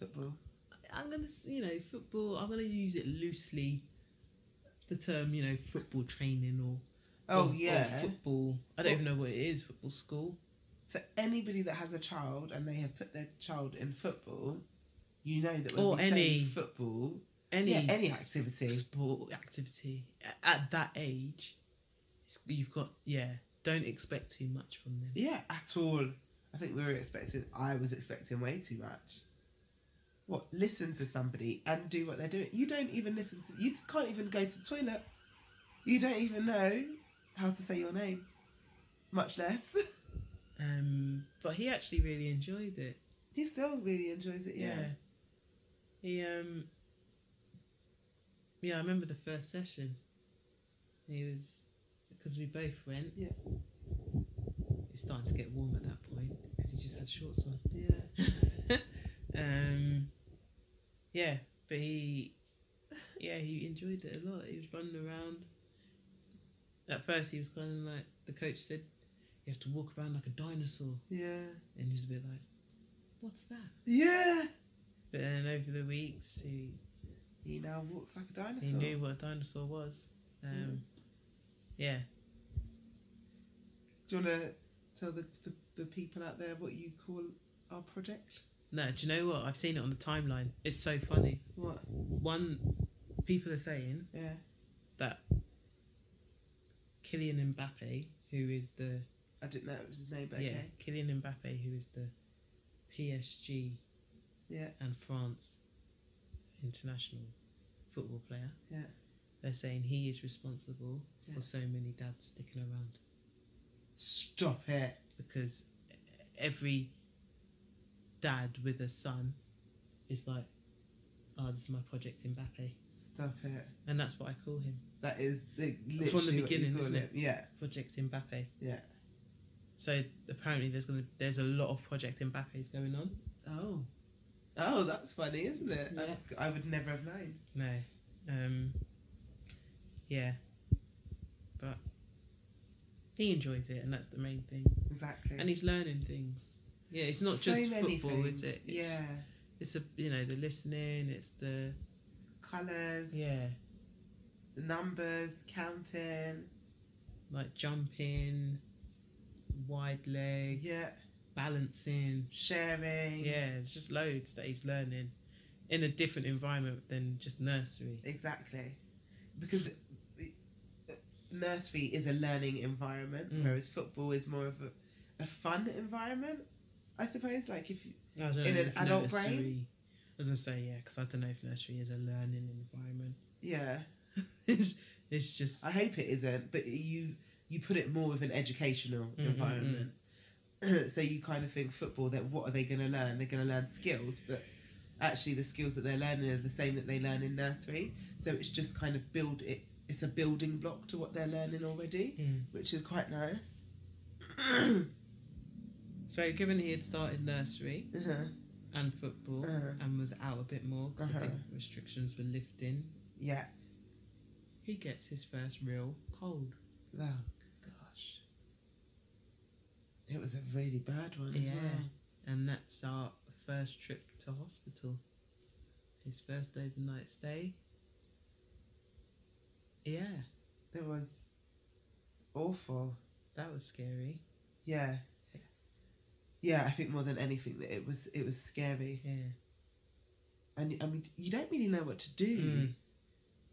Speaker 2: football.
Speaker 1: I'm gonna s- you know football. I'm gonna use it loosely. The term you know football training or
Speaker 2: Oh
Speaker 1: or- or
Speaker 2: yeah.
Speaker 1: football. I don't even know what it is. Football school.
Speaker 2: For anybody that has a child and they have put their child in football, you know that when
Speaker 1: Or
Speaker 2: we
Speaker 1: any-
Speaker 2: say football,
Speaker 1: Any
Speaker 2: yeah, any
Speaker 1: s-
Speaker 2: activity.
Speaker 1: sport activity A- at that age. it's- You've got yeah. Don't expect too much from them.
Speaker 2: Yeah, at all. I think we were expecting. I was expecting way too much. What? Listen to somebody and do what they're doing. You don't even listen to. You can't even go to the toilet. You don't even know how to say your name, much less.
Speaker 1: Um, but he actually really enjoyed it.
Speaker 2: he still really enjoys it. Yeah.
Speaker 1: He um. Yeah, I remember the first session. He was because we both went.
Speaker 2: Yeah.
Speaker 1: It's starting to get warm at that point because he just had shorts on.
Speaker 2: Yeah.
Speaker 1: um. Yeah, but he. Yeah, he enjoyed it a lot. He was running around. At first, he was kind of like the coach said, "You have to walk around like a dinosaur,"
Speaker 2: Yeah.
Speaker 1: and he was a bit like, "What's that?"
Speaker 2: Yeah.
Speaker 1: But then over the weeks, he,
Speaker 2: He now walks like a
Speaker 1: he
Speaker 2: dinosaur.
Speaker 1: knew what a dinosaur was. Um, Yeah.
Speaker 2: Do you want to tell the, the, the people out there what you call our project?
Speaker 1: No, do you know what? I've seen it on the timeline. It's so funny.
Speaker 2: What?
Speaker 1: One, people are saying
Speaker 2: Yeah.
Speaker 1: that Kylian Mbappe, who is the
Speaker 2: I didn't know it was his name, but
Speaker 1: yeah,
Speaker 2: okay.
Speaker 1: Kylian Mbappe, who is the PSG
Speaker 2: Yeah.
Speaker 1: and France international football player.
Speaker 2: Yeah.
Speaker 1: They're saying he is responsible
Speaker 2: Yeah.
Speaker 1: for so many dads sticking around.
Speaker 2: Stop it.
Speaker 1: because every dad with a son is like, oh, this is my project Mbappe.
Speaker 2: Stop it.
Speaker 1: And that's what I call him
Speaker 2: That is the, literally
Speaker 1: From the
Speaker 2: what you
Speaker 1: beginning,
Speaker 2: call
Speaker 1: isn't
Speaker 2: Yeah.
Speaker 1: Project Mbappe.
Speaker 2: Yeah.
Speaker 1: So apparently there's gonna there's a lot of Project Mbappes going on.
Speaker 2: Oh. Oh, that's funny, isn't it?
Speaker 1: Yeah.
Speaker 2: I, I would never have known.
Speaker 1: No. Um yeah. But he enjoys it and that's the main thing.
Speaker 2: Exactly.
Speaker 1: And he's learning things. Yeah, it's not
Speaker 2: So
Speaker 1: just
Speaker 2: many
Speaker 1: football, is
Speaker 2: things.
Speaker 1: it? It's,
Speaker 2: Yeah.
Speaker 1: It's a you know, the listening, it's the
Speaker 2: Colours.
Speaker 1: yeah,
Speaker 2: The numbers, counting.
Speaker 1: like jumping, wide leg,
Speaker 2: Yeah.
Speaker 1: balancing.
Speaker 2: Sharing.
Speaker 1: Yeah, it's just loads that he's learning in a different environment than just nursery.
Speaker 2: Exactly. Because nursery is a learning environment,
Speaker 1: Mm.
Speaker 2: whereas football is more of a, a fun environment, I suppose. Like if you,
Speaker 1: I don't
Speaker 2: In
Speaker 1: know
Speaker 2: an
Speaker 1: if
Speaker 2: adult
Speaker 1: nursery-
Speaker 2: brain?
Speaker 1: I was gonna say yeah, because I don't know if nursery is a learning environment.
Speaker 2: yeah,
Speaker 1: it's, it's just
Speaker 2: I hope it isn't, but you you put it more of an educational
Speaker 1: mm,
Speaker 2: environment. so you kind of think football that what are they going to learn? They're going to learn skills, but actually the skills that they're learning are the same that they learn in nursery. So it's just kind of build it. It's a building block to what they're learning already,
Speaker 1: Mm.
Speaker 2: which is quite Uh-huh. nice.
Speaker 1: so given he had started nursery
Speaker 2: Uh-huh.
Speaker 1: and football
Speaker 2: Uh-huh.
Speaker 1: and was out a bit more because
Speaker 2: Uh-huh.
Speaker 1: I think restrictions were lifting,
Speaker 2: Yeah.
Speaker 1: he gets his first real cold.
Speaker 2: Oh gosh. It was a really bad one as
Speaker 1: Yeah.
Speaker 2: well.
Speaker 1: And that's our first trip to hospital. His first overnight stay. Yeah,
Speaker 2: It was awful.
Speaker 1: that was scary.
Speaker 2: Yeah. Yeah, I think more than anything that it was it was scary.
Speaker 1: Yeah.
Speaker 2: And I mean you don't really know what to do
Speaker 1: Mm.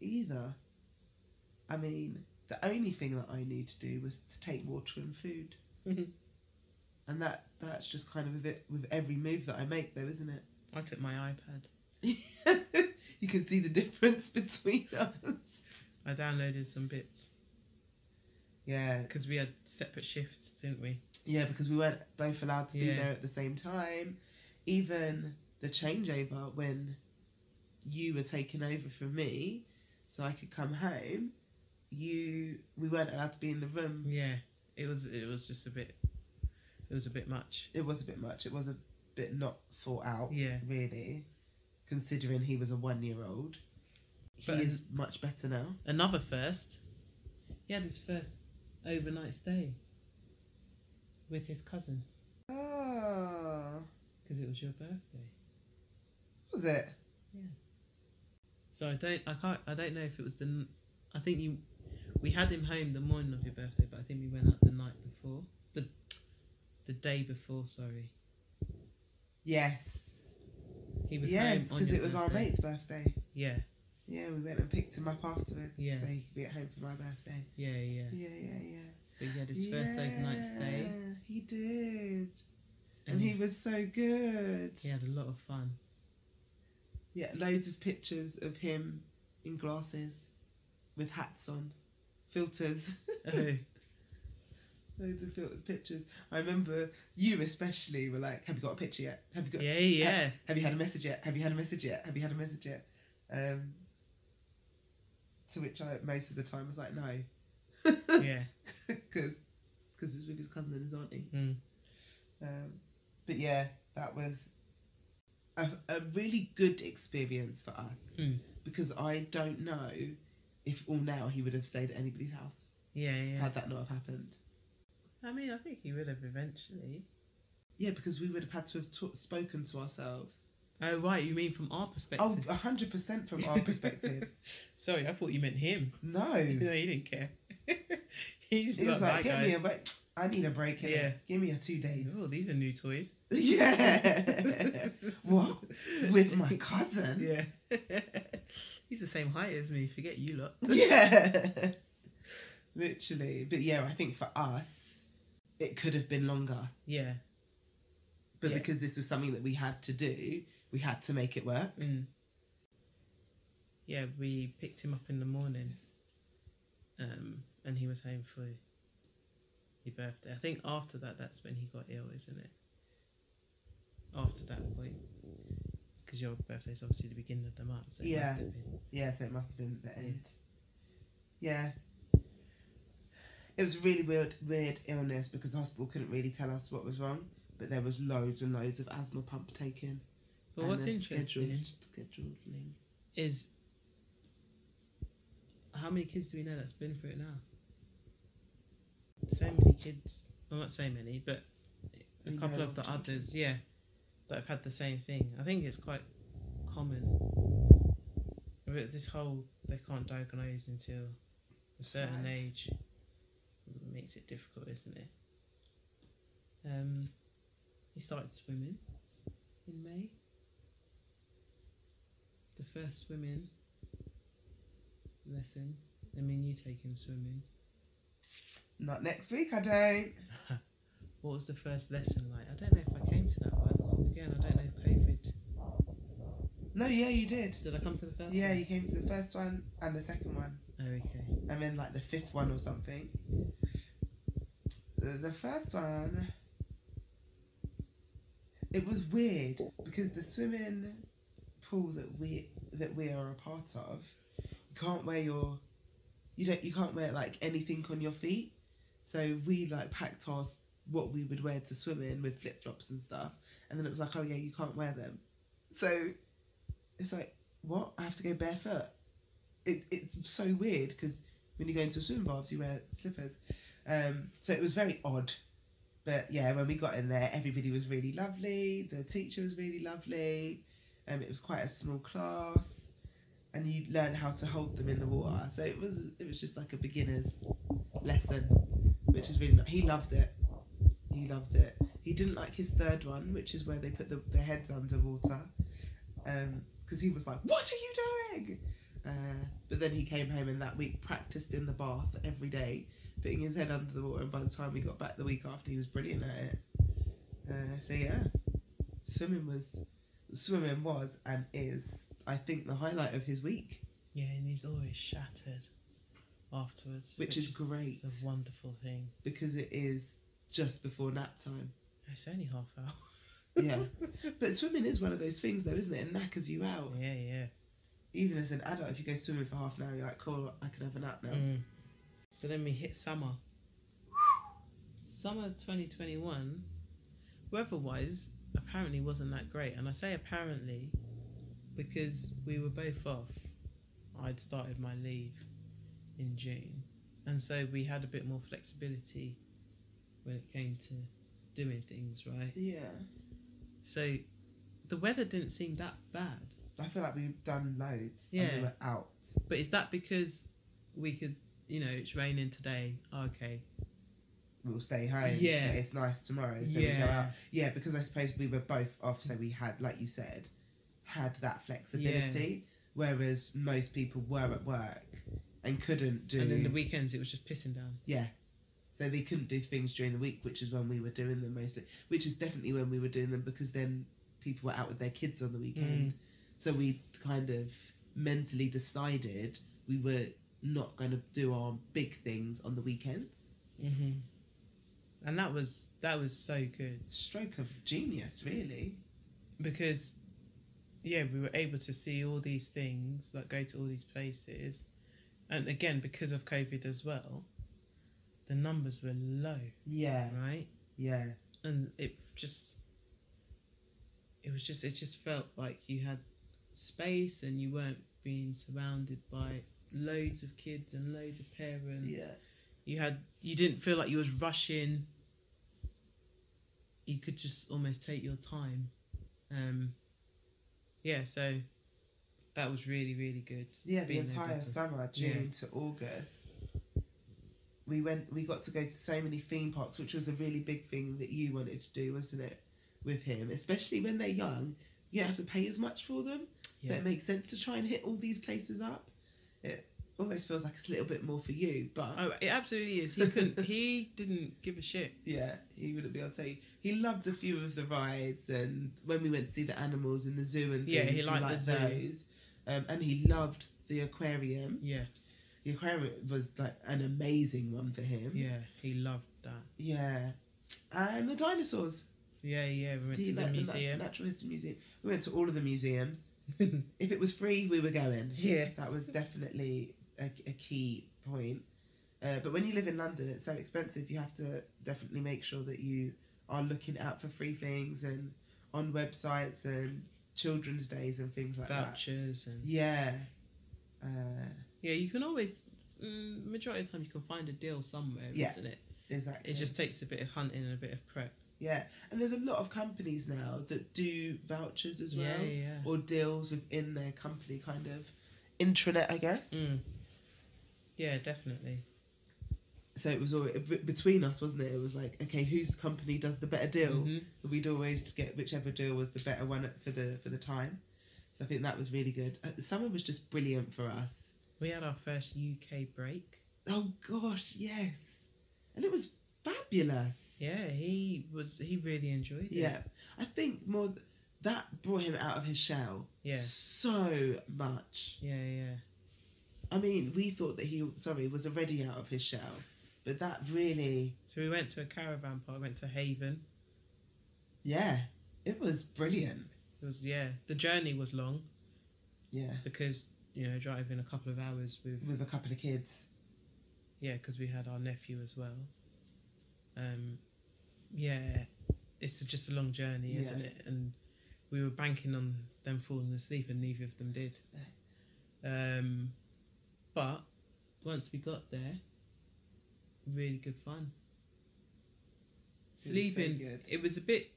Speaker 2: either. I mean, the only thing that I knew to do was to take water and food.
Speaker 1: Mhm.
Speaker 2: and that that's just kind of with it with every move that I make though, isn't it?
Speaker 1: I took my iPad.
Speaker 2: you can see the difference between us.
Speaker 1: I downloaded some bits
Speaker 2: Yeah,
Speaker 1: because we had separate shifts, didn't we?
Speaker 2: yeah, because we weren't both allowed to be
Speaker 1: Yeah.
Speaker 2: there at the same time. Even the changeover when you were taking over from me, so I could come home. You, we weren't allowed to be in the room.
Speaker 1: Yeah. It was it was just a bit it was a bit much.
Speaker 2: It was a bit much. It was a bit not thought out,
Speaker 1: Yeah.
Speaker 2: really, considering he was a one-year-old.
Speaker 1: But-
Speaker 2: he is much better now.
Speaker 1: Another first. He had his first overnight stay with his cousin
Speaker 2: Oh,
Speaker 1: because it was your birthday.
Speaker 2: was it?
Speaker 1: So I don't, I can't, I don't know if it was the. n- I think you, we had him home the morning of your birthday, but I think we went out the night before, the, the day before. Sorry,
Speaker 2: Yes.
Speaker 1: he was
Speaker 2: Yes,
Speaker 1: home on
Speaker 2: because
Speaker 1: your
Speaker 2: it was our
Speaker 1: birthday.
Speaker 2: mate's birthday.
Speaker 1: Yeah,
Speaker 2: Yeah, we went and picked him up afterwards.
Speaker 1: Yeah.
Speaker 2: So he could be at home for my birthday.
Speaker 1: yeah, yeah.
Speaker 2: Yeah, yeah, yeah.
Speaker 1: But he had his first overnight stay,
Speaker 2: Yeah, He did. And
Speaker 1: and
Speaker 2: he was so good.
Speaker 1: he had a lot of fun.
Speaker 2: Yeah, loads of pictures of him in glasses with hats on, filters.
Speaker 1: Oh,
Speaker 2: loads of filter pictures. I remember you especially were like, Have you got a picture yet? Have you got
Speaker 1: yeah, yeah.
Speaker 2: Have you had a message yet? Have you had a message yet? Have you had a message yet? Um, to which I, most of the time, was like, no.
Speaker 1: yeah.
Speaker 2: Because it's with his cousin and his auntie.
Speaker 1: Mm.
Speaker 2: Um, but yeah, that was a, a really good experience for us.
Speaker 1: Mm.
Speaker 2: Because I don't know if all now he would have stayed at anybody's house
Speaker 1: Yeah, yeah.
Speaker 2: had that not have happened.
Speaker 1: I mean, I think he would have eventually.
Speaker 2: Yeah, because we would have had to have ta- spoken to ourselves.
Speaker 1: Oh, right. You mean from our
Speaker 2: Oh,
Speaker 1: perspective?
Speaker 2: 100% from our perspective.
Speaker 1: Sorry, I thought you meant him.
Speaker 2: No.
Speaker 1: No, he didn't care. He's
Speaker 2: He was
Speaker 1: not
Speaker 2: like,
Speaker 1: that
Speaker 2: get
Speaker 1: guy.
Speaker 2: me a break. I need a break here.
Speaker 1: Yeah.
Speaker 2: Give me a two days.
Speaker 1: Oh, these are new toys.
Speaker 2: yeah. what? With my cousin?
Speaker 1: Yeah. He's the same height as me. Forget you lot.
Speaker 2: yeah. Literally. But yeah, I think for us, it could have been longer.
Speaker 1: Yeah.
Speaker 2: But
Speaker 1: Yeah.
Speaker 2: because this was something that we had to do, we had to make it work.
Speaker 1: Mm. Yeah, we picked him up in the morning, um, and he was home for your birthday. I think after that, that's when he got ill, isn't it? After that point, because your birthday's obviously the beginning of the month. So it must
Speaker 2: Yeah.
Speaker 1: have been-
Speaker 2: Yeah, so it must have been the end. Yeah. It was a really weird, weird illness because the hospital couldn't really tell us what was wrong, but there was loads and loads of asthma pump taken.
Speaker 1: But
Speaker 2: and
Speaker 1: what's
Speaker 2: the
Speaker 1: interesting
Speaker 2: scheduled, scheduling.
Speaker 1: is how many kids do we know that's been through it now? So many kids. Well, not so many, but a
Speaker 2: We know
Speaker 1: couple
Speaker 2: of
Speaker 1: of the
Speaker 2: children.
Speaker 1: others, yeah, that have had the same thing. I think it's quite common. But this whole they can't diagnose until a certain
Speaker 2: Five.
Speaker 1: age makes it difficult, isn't it? Um, he started swimming in May. The first swimming lesson. I mean, you take him swimming.
Speaker 2: Not next week, I don't.
Speaker 1: What was the first lesson like? I don't know if I came to that one. Again, I don't know if COVID.
Speaker 2: No, yeah, you did.
Speaker 1: Did I come to the first
Speaker 2: Yeah,
Speaker 1: one?
Speaker 2: you came to the first one and the second one,
Speaker 1: Oh, okay.
Speaker 2: and then like the fifth one or something. The the first one, it was weird because the swimming pool that we that we are a part of, you can't wear your, you don't you can't wear like anything on your feet, so we like packed our s- what we would wear to swim in with flip flops and stuff, and then it was like oh yeah you can't wear them, so it's like what I have to go barefoot. It, it's so weird because when you go into a swimming baths you wear slippers, um, so it was very odd. But yeah, when we got in there, everybody was really lovely. The teacher was really lovely. Um, it was quite a small class, and you learn how to hold them in the water. So it was it was just like a beginner's lesson, which is really. Nice. He loved it. He loved it. He didn't like his third one, which is where they put the, their heads underwater, because he was like, "What are you doing?" Uh, but then he came home and that week practiced in the bath every day, putting his head under the water. And by the time we got back the week after, he was brilliant at it. Uh, so yeah, swimming was swimming was and is I think the highlight of his week,
Speaker 1: Yeah, and he's always shattered afterwards,
Speaker 2: which, is, great
Speaker 1: A wonderful thing.
Speaker 2: because it is just before nap time.
Speaker 1: It's only half hour.
Speaker 2: Yeah, but swimming is one of those things though, isn't it? It knackers you out.
Speaker 1: Yeah, yeah.
Speaker 2: Even as an adult, if you go swimming for half an hour, you're like, cool, I can have a nap now.
Speaker 1: Mm. So then we hit summer. Summer 2021, weather wise, apparently wasn't that great. And I say apparently because we were both off. I'd started my leave in June. And so we had a bit more flexibility when it came to doing things, right?
Speaker 2: Yeah,
Speaker 1: So the weather didn't seem that bad.
Speaker 2: I feel like we've done loads. and
Speaker 1: Yeah.
Speaker 2: we were out.
Speaker 1: But is that because we could, you know, it's raining today? Oh, Okay.
Speaker 2: we'll stay home.
Speaker 1: Yeah.
Speaker 2: but it's nice tomorrow, so we go out. Yeah, because I suppose we were both off, so we had, like you said, had that flexibility. Whereas most people were at work and couldn't do.
Speaker 1: And then the weekends, it was just pissing down.
Speaker 2: yeah. So they couldn't do things during the week, which is when we were doing them mostly. Which is definitely when we were doing them because then people were out with their kids on the
Speaker 1: Mm.
Speaker 2: weekend. So we kind of mentally decided we were not going to do our big things on the weekends.
Speaker 1: Mm-hmm. And that was that was so good
Speaker 2: Stroke of genius, really.
Speaker 1: because, yeah, we were able to see all these things, like go to all these places, and again because of COVID as well, the numbers were low,
Speaker 2: Yeah,
Speaker 1: right?
Speaker 2: yeah,
Speaker 1: And it just, it was just it just felt like you had space and you weren't being surrounded by loads of kids and loads of parents.
Speaker 2: yeah,
Speaker 1: you had you didn't feel like you was rushing you could just almost take your time um yeah so that was really really good
Speaker 2: yeah. The
Speaker 1: Being there
Speaker 2: entire
Speaker 1: better.
Speaker 2: summer, June to August, we went we got to go to so many theme parks, which was a really big thing that you wanted to do, wasn't it? With him, especially when they're young, you don't have to pay as much for them, so
Speaker 1: Yeah.
Speaker 2: it makes sense to try and hit all these places up. It almost feels like it's a little bit more for you, but
Speaker 1: Oh, it absolutely is. He couldn't. he didn't give a shit.
Speaker 2: yeah, he wouldn't be able to. Say, he loved a few of the rides, and when we went to see the animals in the zoo and things,
Speaker 1: Yeah, he liked the zoo.
Speaker 2: those, um, and he loved the aquarium.
Speaker 1: Yeah,
Speaker 2: The aquarium was like an amazing one for him.
Speaker 1: yeah. He loved that.
Speaker 2: Yeah. And the dinosaurs.
Speaker 1: Yeah, yeah. We went
Speaker 2: He
Speaker 1: to the
Speaker 2: liked nat-
Speaker 1: museum.
Speaker 2: Natural History Museum. We went to all of the museums. If it was free, we were going.
Speaker 1: yeah.
Speaker 2: That was definitely a, a key point. Uh, but when you live in London, it's so expensive. You have to definitely make sure that you are looking out for free things and on websites and children's days and things like that.
Speaker 1: Vouchers and
Speaker 2: Yeah. Uh,
Speaker 1: yeah, you can always. Mm, majority of the time, you can find a deal somewhere,
Speaker 2: Yeah.
Speaker 1: isn't it?
Speaker 2: exactly.
Speaker 1: It just takes a bit of hunting and a bit of prep.
Speaker 2: yeah. And there's a lot of companies now that do vouchers as well.
Speaker 1: Yeah, yeah.
Speaker 2: or deals within their company kind of intranet, I guess.
Speaker 1: yeah. Mm. Yeah, definitely.
Speaker 2: So it was always b- between us, wasn't it? It was like, okay, whose company does the better deal?
Speaker 1: Mhm.
Speaker 2: We'd always just get whichever deal was the better one for the for the time. So I think that was really good. Uh, Summer was just brilliant for us.
Speaker 1: We had our first UK break.
Speaker 2: Oh gosh, yes, and it was fabulous.
Speaker 1: Yeah, he was. He really enjoyed it.
Speaker 2: yeah. I think more th- that brought him out of his shell.
Speaker 1: yeah,
Speaker 2: so much.
Speaker 1: yeah, yeah.
Speaker 2: I mean, we thought that he sorry was already out of his shell, but that really
Speaker 1: So we went to a caravan park. Went to Haven.
Speaker 2: Yeah, it was brilliant.
Speaker 1: It was yeah. The journey was long
Speaker 2: Yeah,
Speaker 1: because you know driving a couple of hours with
Speaker 2: with a couple of kids.
Speaker 1: yeah because we had our nephew as well. Um, yeah, it's just a long journey,
Speaker 2: Yeah.
Speaker 1: isn't it? And we were banking on them falling asleep, and neither of them did. Um, but once we got there, really good fun.
Speaker 2: so
Speaker 1: Sleeping,
Speaker 2: good.
Speaker 1: it was a bit.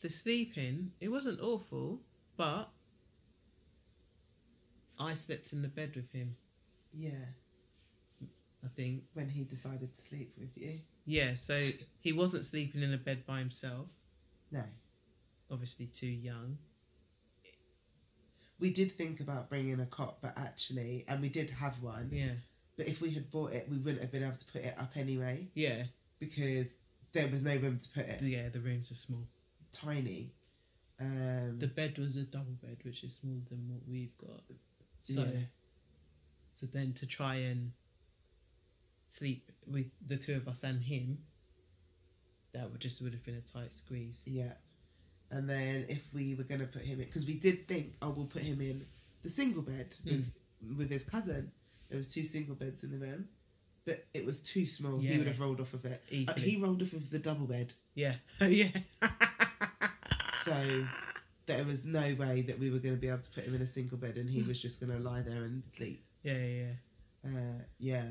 Speaker 1: The sleeping, it wasn't awful, but I slept in the bed with him.
Speaker 2: Yeah,
Speaker 1: I think.
Speaker 2: when he decided to sleep with you.
Speaker 1: Yeah, so he wasn't sleeping in a bed by himself.
Speaker 2: No,
Speaker 1: Obviously, too young.
Speaker 2: we did think about bringing a cot, but actually, and we did have one.
Speaker 1: Yeah,
Speaker 2: But if we had bought it, we wouldn't have been able to put it up anyway
Speaker 1: yeah,
Speaker 2: because there was no room to put it.
Speaker 1: yeah. The rooms are small.
Speaker 2: Tiny. Um,
Speaker 1: The bed was a double bed, which is smaller than what we've got. So,
Speaker 2: Yeah.
Speaker 1: so then to try and sleep with the two of us and him, that would just would have been a tight squeeze.
Speaker 2: yeah. And then if we were going to put him in, because we did think, oh, we'll put him in the single bed
Speaker 1: Hmm. Mm,
Speaker 2: with, with his cousin. There was two single beds in the room, but it was too small. He
Speaker 1: Yeah.
Speaker 2: would have rolled off of it. Uh,
Speaker 1: Easily.
Speaker 2: he rolled off of the double bed,
Speaker 1: Yeah, yeah,
Speaker 2: so there was no way that we were going to be able to put him in a single bed, and he was just going to lie there and sleep.
Speaker 1: yeah, yeah, yeah.
Speaker 2: Uh, yeah,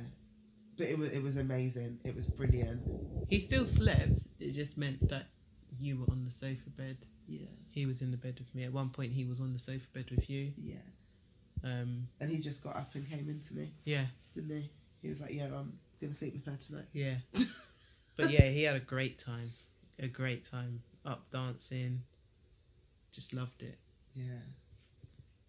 Speaker 2: but it was it was amazing. It was brilliant.
Speaker 1: He still slept. It just meant that you were on the sofa bed.
Speaker 2: Yeah,
Speaker 1: He was in the bed with me. At one point, he was on the sofa bed with you.
Speaker 2: yeah.
Speaker 1: Um,
Speaker 2: And he just got up and came into me,
Speaker 1: yeah,
Speaker 2: didn't he? He was like, "Yeah, I'm going to sleep with her tonight."
Speaker 1: yeah. but yeah, he had a great time. A great time up dancing. Just loved it.
Speaker 2: Yeah.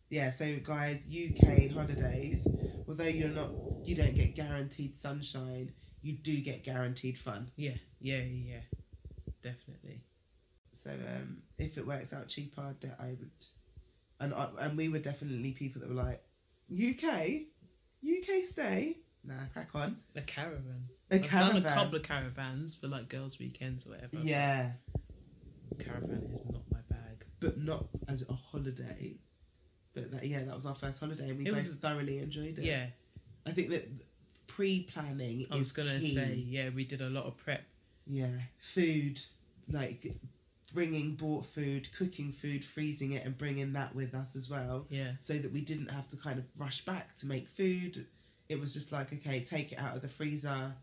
Speaker 2: Yeah, so guys, UK holidays, although you're not you don't get guaranteed sunshine, you do get guaranteed fun.
Speaker 1: Yeah, yeah, yeah, definitely.
Speaker 2: So um if it works out cheaper, that I would and I, and we were definitely people that were like UK UK stay. Nah, crack on.
Speaker 1: A caravan.
Speaker 2: A
Speaker 1: I've done a couple
Speaker 2: caravan.
Speaker 1: of caravans for like girls' weekends or whatever.
Speaker 2: Yeah,
Speaker 1: Caravan is not my bag.
Speaker 2: but not as a holiday. But that, yeah, that was our first holiday and we
Speaker 1: It
Speaker 2: both
Speaker 1: was-
Speaker 2: thoroughly enjoyed it.
Speaker 1: Yeah,
Speaker 2: I think that pre-planning
Speaker 1: I
Speaker 2: is
Speaker 1: was gonna
Speaker 2: key.
Speaker 1: say yeah. We did a lot of prep.
Speaker 2: Yeah, food, like bringing bought food, cooking food, freezing it, and bringing that with us as well,
Speaker 1: Yeah,
Speaker 2: so that we didn't have to kind of rush back to make food. It was just like, okay, take it out of the freezer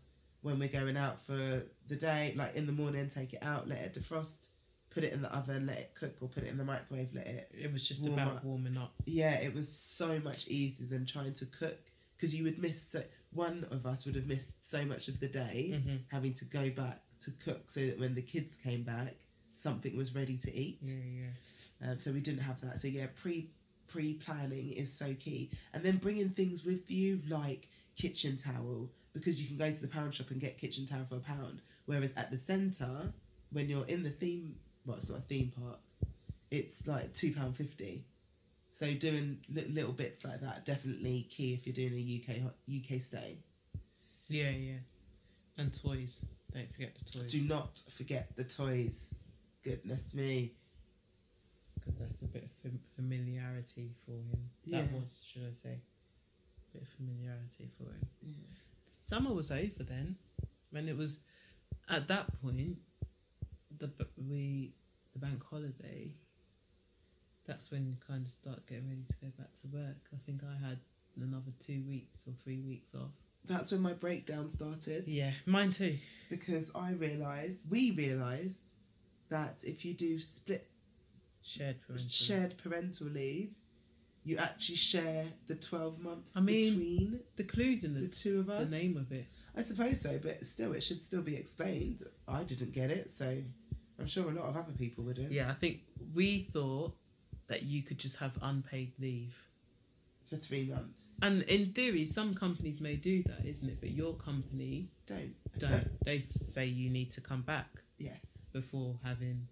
Speaker 2: when we're going out for the day, like in the morning, take it out, let it defrost, put it in the oven, let it cook, or put it in the microwave, let it.
Speaker 1: it was just
Speaker 2: Warm
Speaker 1: about
Speaker 2: up.
Speaker 1: warming up.
Speaker 2: Yeah, it was so much easier than trying to cook because you would miss so. one of us would have missed so much of the day
Speaker 1: Mm-hmm.
Speaker 2: having to go back to cook so that when the kids came back, something was ready to eat.
Speaker 1: Yeah, yeah.
Speaker 2: Um, so we didn't have that. So yeah, pre pre planning is so key, and then bringing things with you like kitchen towel because you can go to the pound shop and get kitchen towel for a pound. Whereas at the centre, when you're in the theme, well, it's not a theme park, it's like two pound fifty. So doing li- little bits like that definitely key if you're doing a UK ho- UK stay.
Speaker 1: Yeah, yeah. And toys. Don't forget the toys.
Speaker 2: Do not forget the toys. Goodness me.
Speaker 1: Because that's a bit of fam- familiarity for him. That
Speaker 2: Yeah.
Speaker 1: was, should I say, a bit of familiarity for him.
Speaker 2: Yeah.
Speaker 1: Summer was over then, and it was at that point the b- we the bank holiday. That's when you kind of start getting ready to go back to work. I think I had another two weeks or three weeks off.
Speaker 2: That's when my breakdown started.
Speaker 1: Yeah, mine too.
Speaker 2: because I realised, we realised that if you do split
Speaker 1: Shared parental.
Speaker 2: shared parental leave, you actually share the 12 months
Speaker 1: I mean,
Speaker 2: between
Speaker 1: The clues in
Speaker 2: the
Speaker 1: the,
Speaker 2: two of
Speaker 1: the
Speaker 2: us.
Speaker 1: name of it.
Speaker 2: I suppose so, but still, it should still be explained. I didn't get it, so I'm sure a lot of other people wouldn't.
Speaker 1: Yeah, I think we thought that you could just have unpaid leave.
Speaker 2: For three months.
Speaker 1: And in theory, some companies may do that, isn't it? But your company
Speaker 2: Don't.
Speaker 1: don't. They say you need to come back
Speaker 2: Yes,
Speaker 1: before having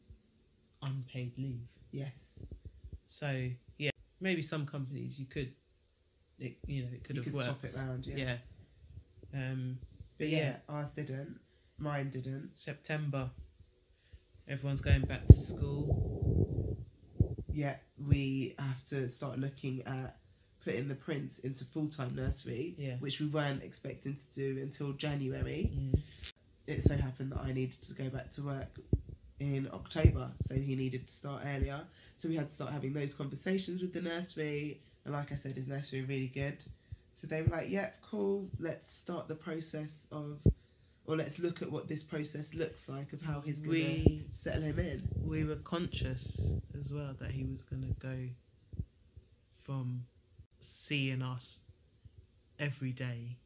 Speaker 1: unpaid leave.
Speaker 2: yes.
Speaker 1: So yeah, maybe some companies you could, it, you know, it could
Speaker 2: you
Speaker 1: have
Speaker 2: could
Speaker 1: worked.
Speaker 2: swap it round, yeah.
Speaker 1: yeah. Um,
Speaker 2: But yeah,
Speaker 1: Yeah.
Speaker 2: ours didn't. Mine didn't.
Speaker 1: September. Everyone's going back to school.
Speaker 2: Yeah, we have to start looking at putting the prints into full time nursery.
Speaker 1: Yeah.
Speaker 2: which we weren't expecting to do until January.
Speaker 1: Mm.
Speaker 2: It so happened that I needed to go back to work in October, so he needed to start earlier. So we had to start having those conversations with the nursery. And like I said, his nursery really good. So they were like, "Yep, cool. Let's start the process of, or let's look at what this process looks like of how Oh, he's gonna
Speaker 1: We
Speaker 2: settle him in."
Speaker 1: we were conscious as well that he was going to go from seeing us every day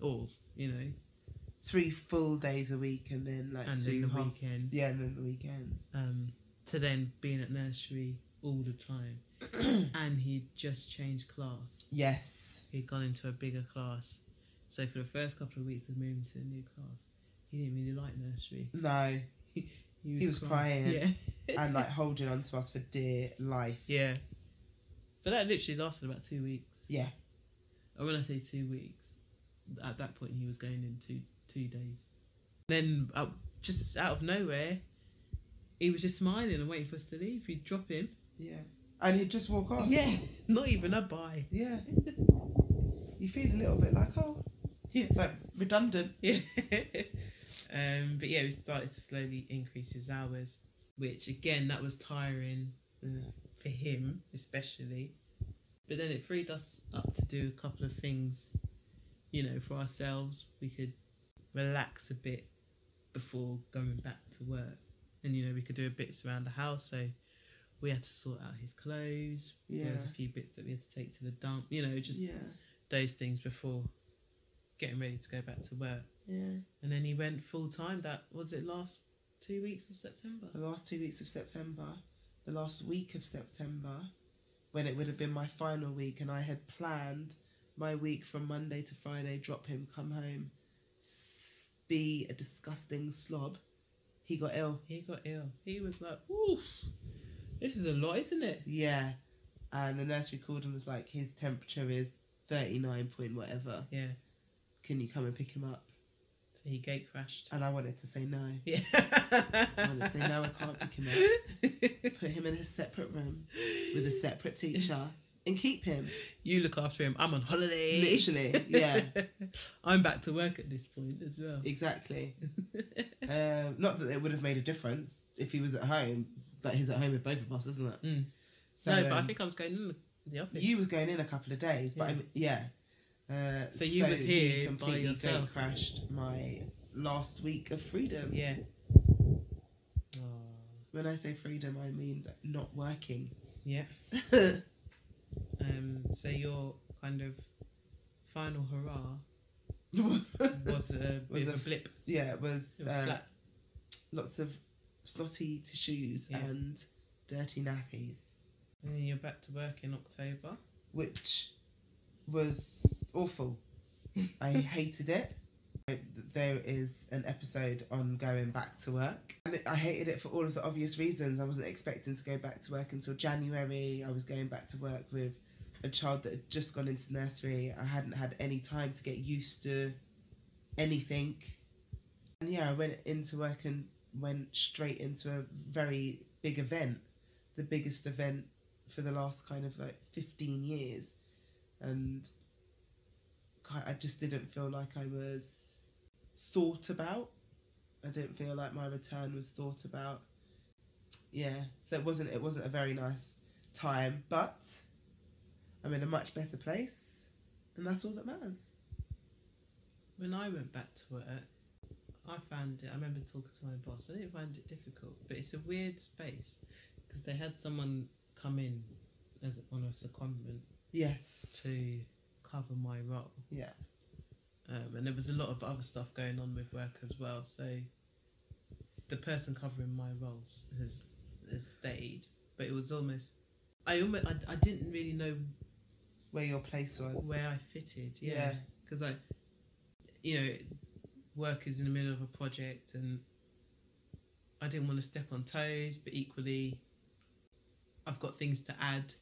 Speaker 1: or you know
Speaker 2: Three full days a week, and then like
Speaker 1: and
Speaker 2: two
Speaker 1: then the
Speaker 2: half,
Speaker 1: weekend
Speaker 2: yeah, and then the weekend.
Speaker 1: um to then being at nursery all the time and he'd just changed class
Speaker 2: Yes,
Speaker 1: he'd gone into a bigger class so for the first couple of weeks of moving to a new class he didn't really like nursery
Speaker 2: no, He was crying.
Speaker 1: yeah
Speaker 2: and like holding on to us for dear life.
Speaker 1: yeah but that literally lasted about two weeks
Speaker 2: Yeah,
Speaker 1: And when I say two weeks, at that point he was going in two two days. Then uh, just out of nowhere, he was just smiling and waiting for us to leave. We'd drop him.
Speaker 2: yeah. And he'd just walk off.
Speaker 1: Yeah, not even a bye.
Speaker 2: Yeah. You feel a little bit like, oh,
Speaker 1: Yeah.
Speaker 2: like redundant.
Speaker 1: Yeah. um, but yeah, we started to slowly increase his hours, which again that was tiring uh, for him especially. But then it freed us up to do a couple of things, you know, for ourselves. We could relax a bit before going back to work. And you know, we could do bits around the house, so we had to sort out his clothes.
Speaker 2: Yeah.
Speaker 1: There was a few bits that we had to take to the dump, you know, just
Speaker 2: yeah.
Speaker 1: those things before getting ready to go back to work.
Speaker 2: Yeah.
Speaker 1: And then he went full time that was it last two weeks of September.
Speaker 2: The last two weeks of September, the last week of September, when it would have been my final week, and I had planned my week from Monday to Friday drop him, come home, s- be a disgusting slob. He got ill.
Speaker 1: He got ill. He was like, Oof, this is a lot, isn't it?
Speaker 2: Yeah. And the nursery called and was like, his temperature is 39 point whatever.
Speaker 1: Yeah.
Speaker 2: Can you come and pick him up?
Speaker 1: So he gate crashed.
Speaker 2: And I wanted to say no.
Speaker 1: Yeah.
Speaker 2: I wanted to say no, I can't pick him up. Put him in a separate room with a separate teacher and keep him.
Speaker 1: you look after him. I'm on holiday.
Speaker 2: Literally, yeah,
Speaker 1: I'm back to work at this point as well.
Speaker 2: exactly. Um, not that it would have made a difference if he was at home. Like he's at home with both of us, isn't it?
Speaker 1: Mm.
Speaker 2: So
Speaker 1: no, but I
Speaker 2: um,
Speaker 1: think I was going in the office.
Speaker 2: you was going in a couple of days, but I'm, yeah. Uh,
Speaker 1: So you was
Speaker 2: he
Speaker 1: here by
Speaker 2: completely
Speaker 1: yourself.
Speaker 2: crashed my last week of freedom.
Speaker 1: yeah. Oh,
Speaker 2: When I say freedom, I mean not working.
Speaker 1: yeah. Um, so your kind of final hurrah was a bit
Speaker 2: Was
Speaker 1: of
Speaker 2: a
Speaker 1: a blip.
Speaker 2: yeah, it was,
Speaker 1: It was
Speaker 2: um,
Speaker 1: flat.
Speaker 2: lots of slotty tissues
Speaker 1: Yeah.
Speaker 2: and dirty nappies,
Speaker 1: And then you're back to work in October.
Speaker 2: which was awful. I hated it. It- There is an episode on going back to work. And it- I hated it for all of the obvious reasons. I wasn't expecting to go back to work until January. I was going back to work with a child that had just gone into nursery. I hadn't had any time to get used to anything. And yeah, I went into work and went straight into a very big event, the biggest event for the last kind of like 15 years. And ki- I just didn't feel like I was thought about. I didn't feel like my return was thought about. Yeah, so it wasn't it wasn't a very nice time, but I'm in a much better place, and that's all that matters.
Speaker 1: When I went back to work, I found it. I remember talking to my boss. I didn't find it difficult, but it's a weird space because they had someone come in as on a secondment
Speaker 2: Yes.
Speaker 1: to cover my role.
Speaker 2: Yeah.
Speaker 1: Um, and there was a lot of other stuff going on with work as well. So the person covering my roles has has stayed, but it was almost I almost I, I didn't really know
Speaker 2: Where your place was.
Speaker 1: where I fitted. Yeah,
Speaker 2: Yeah.
Speaker 1: because I, you know, work is in the middle of a project, and I didn't want to step on toes, but equally, I've got things to add.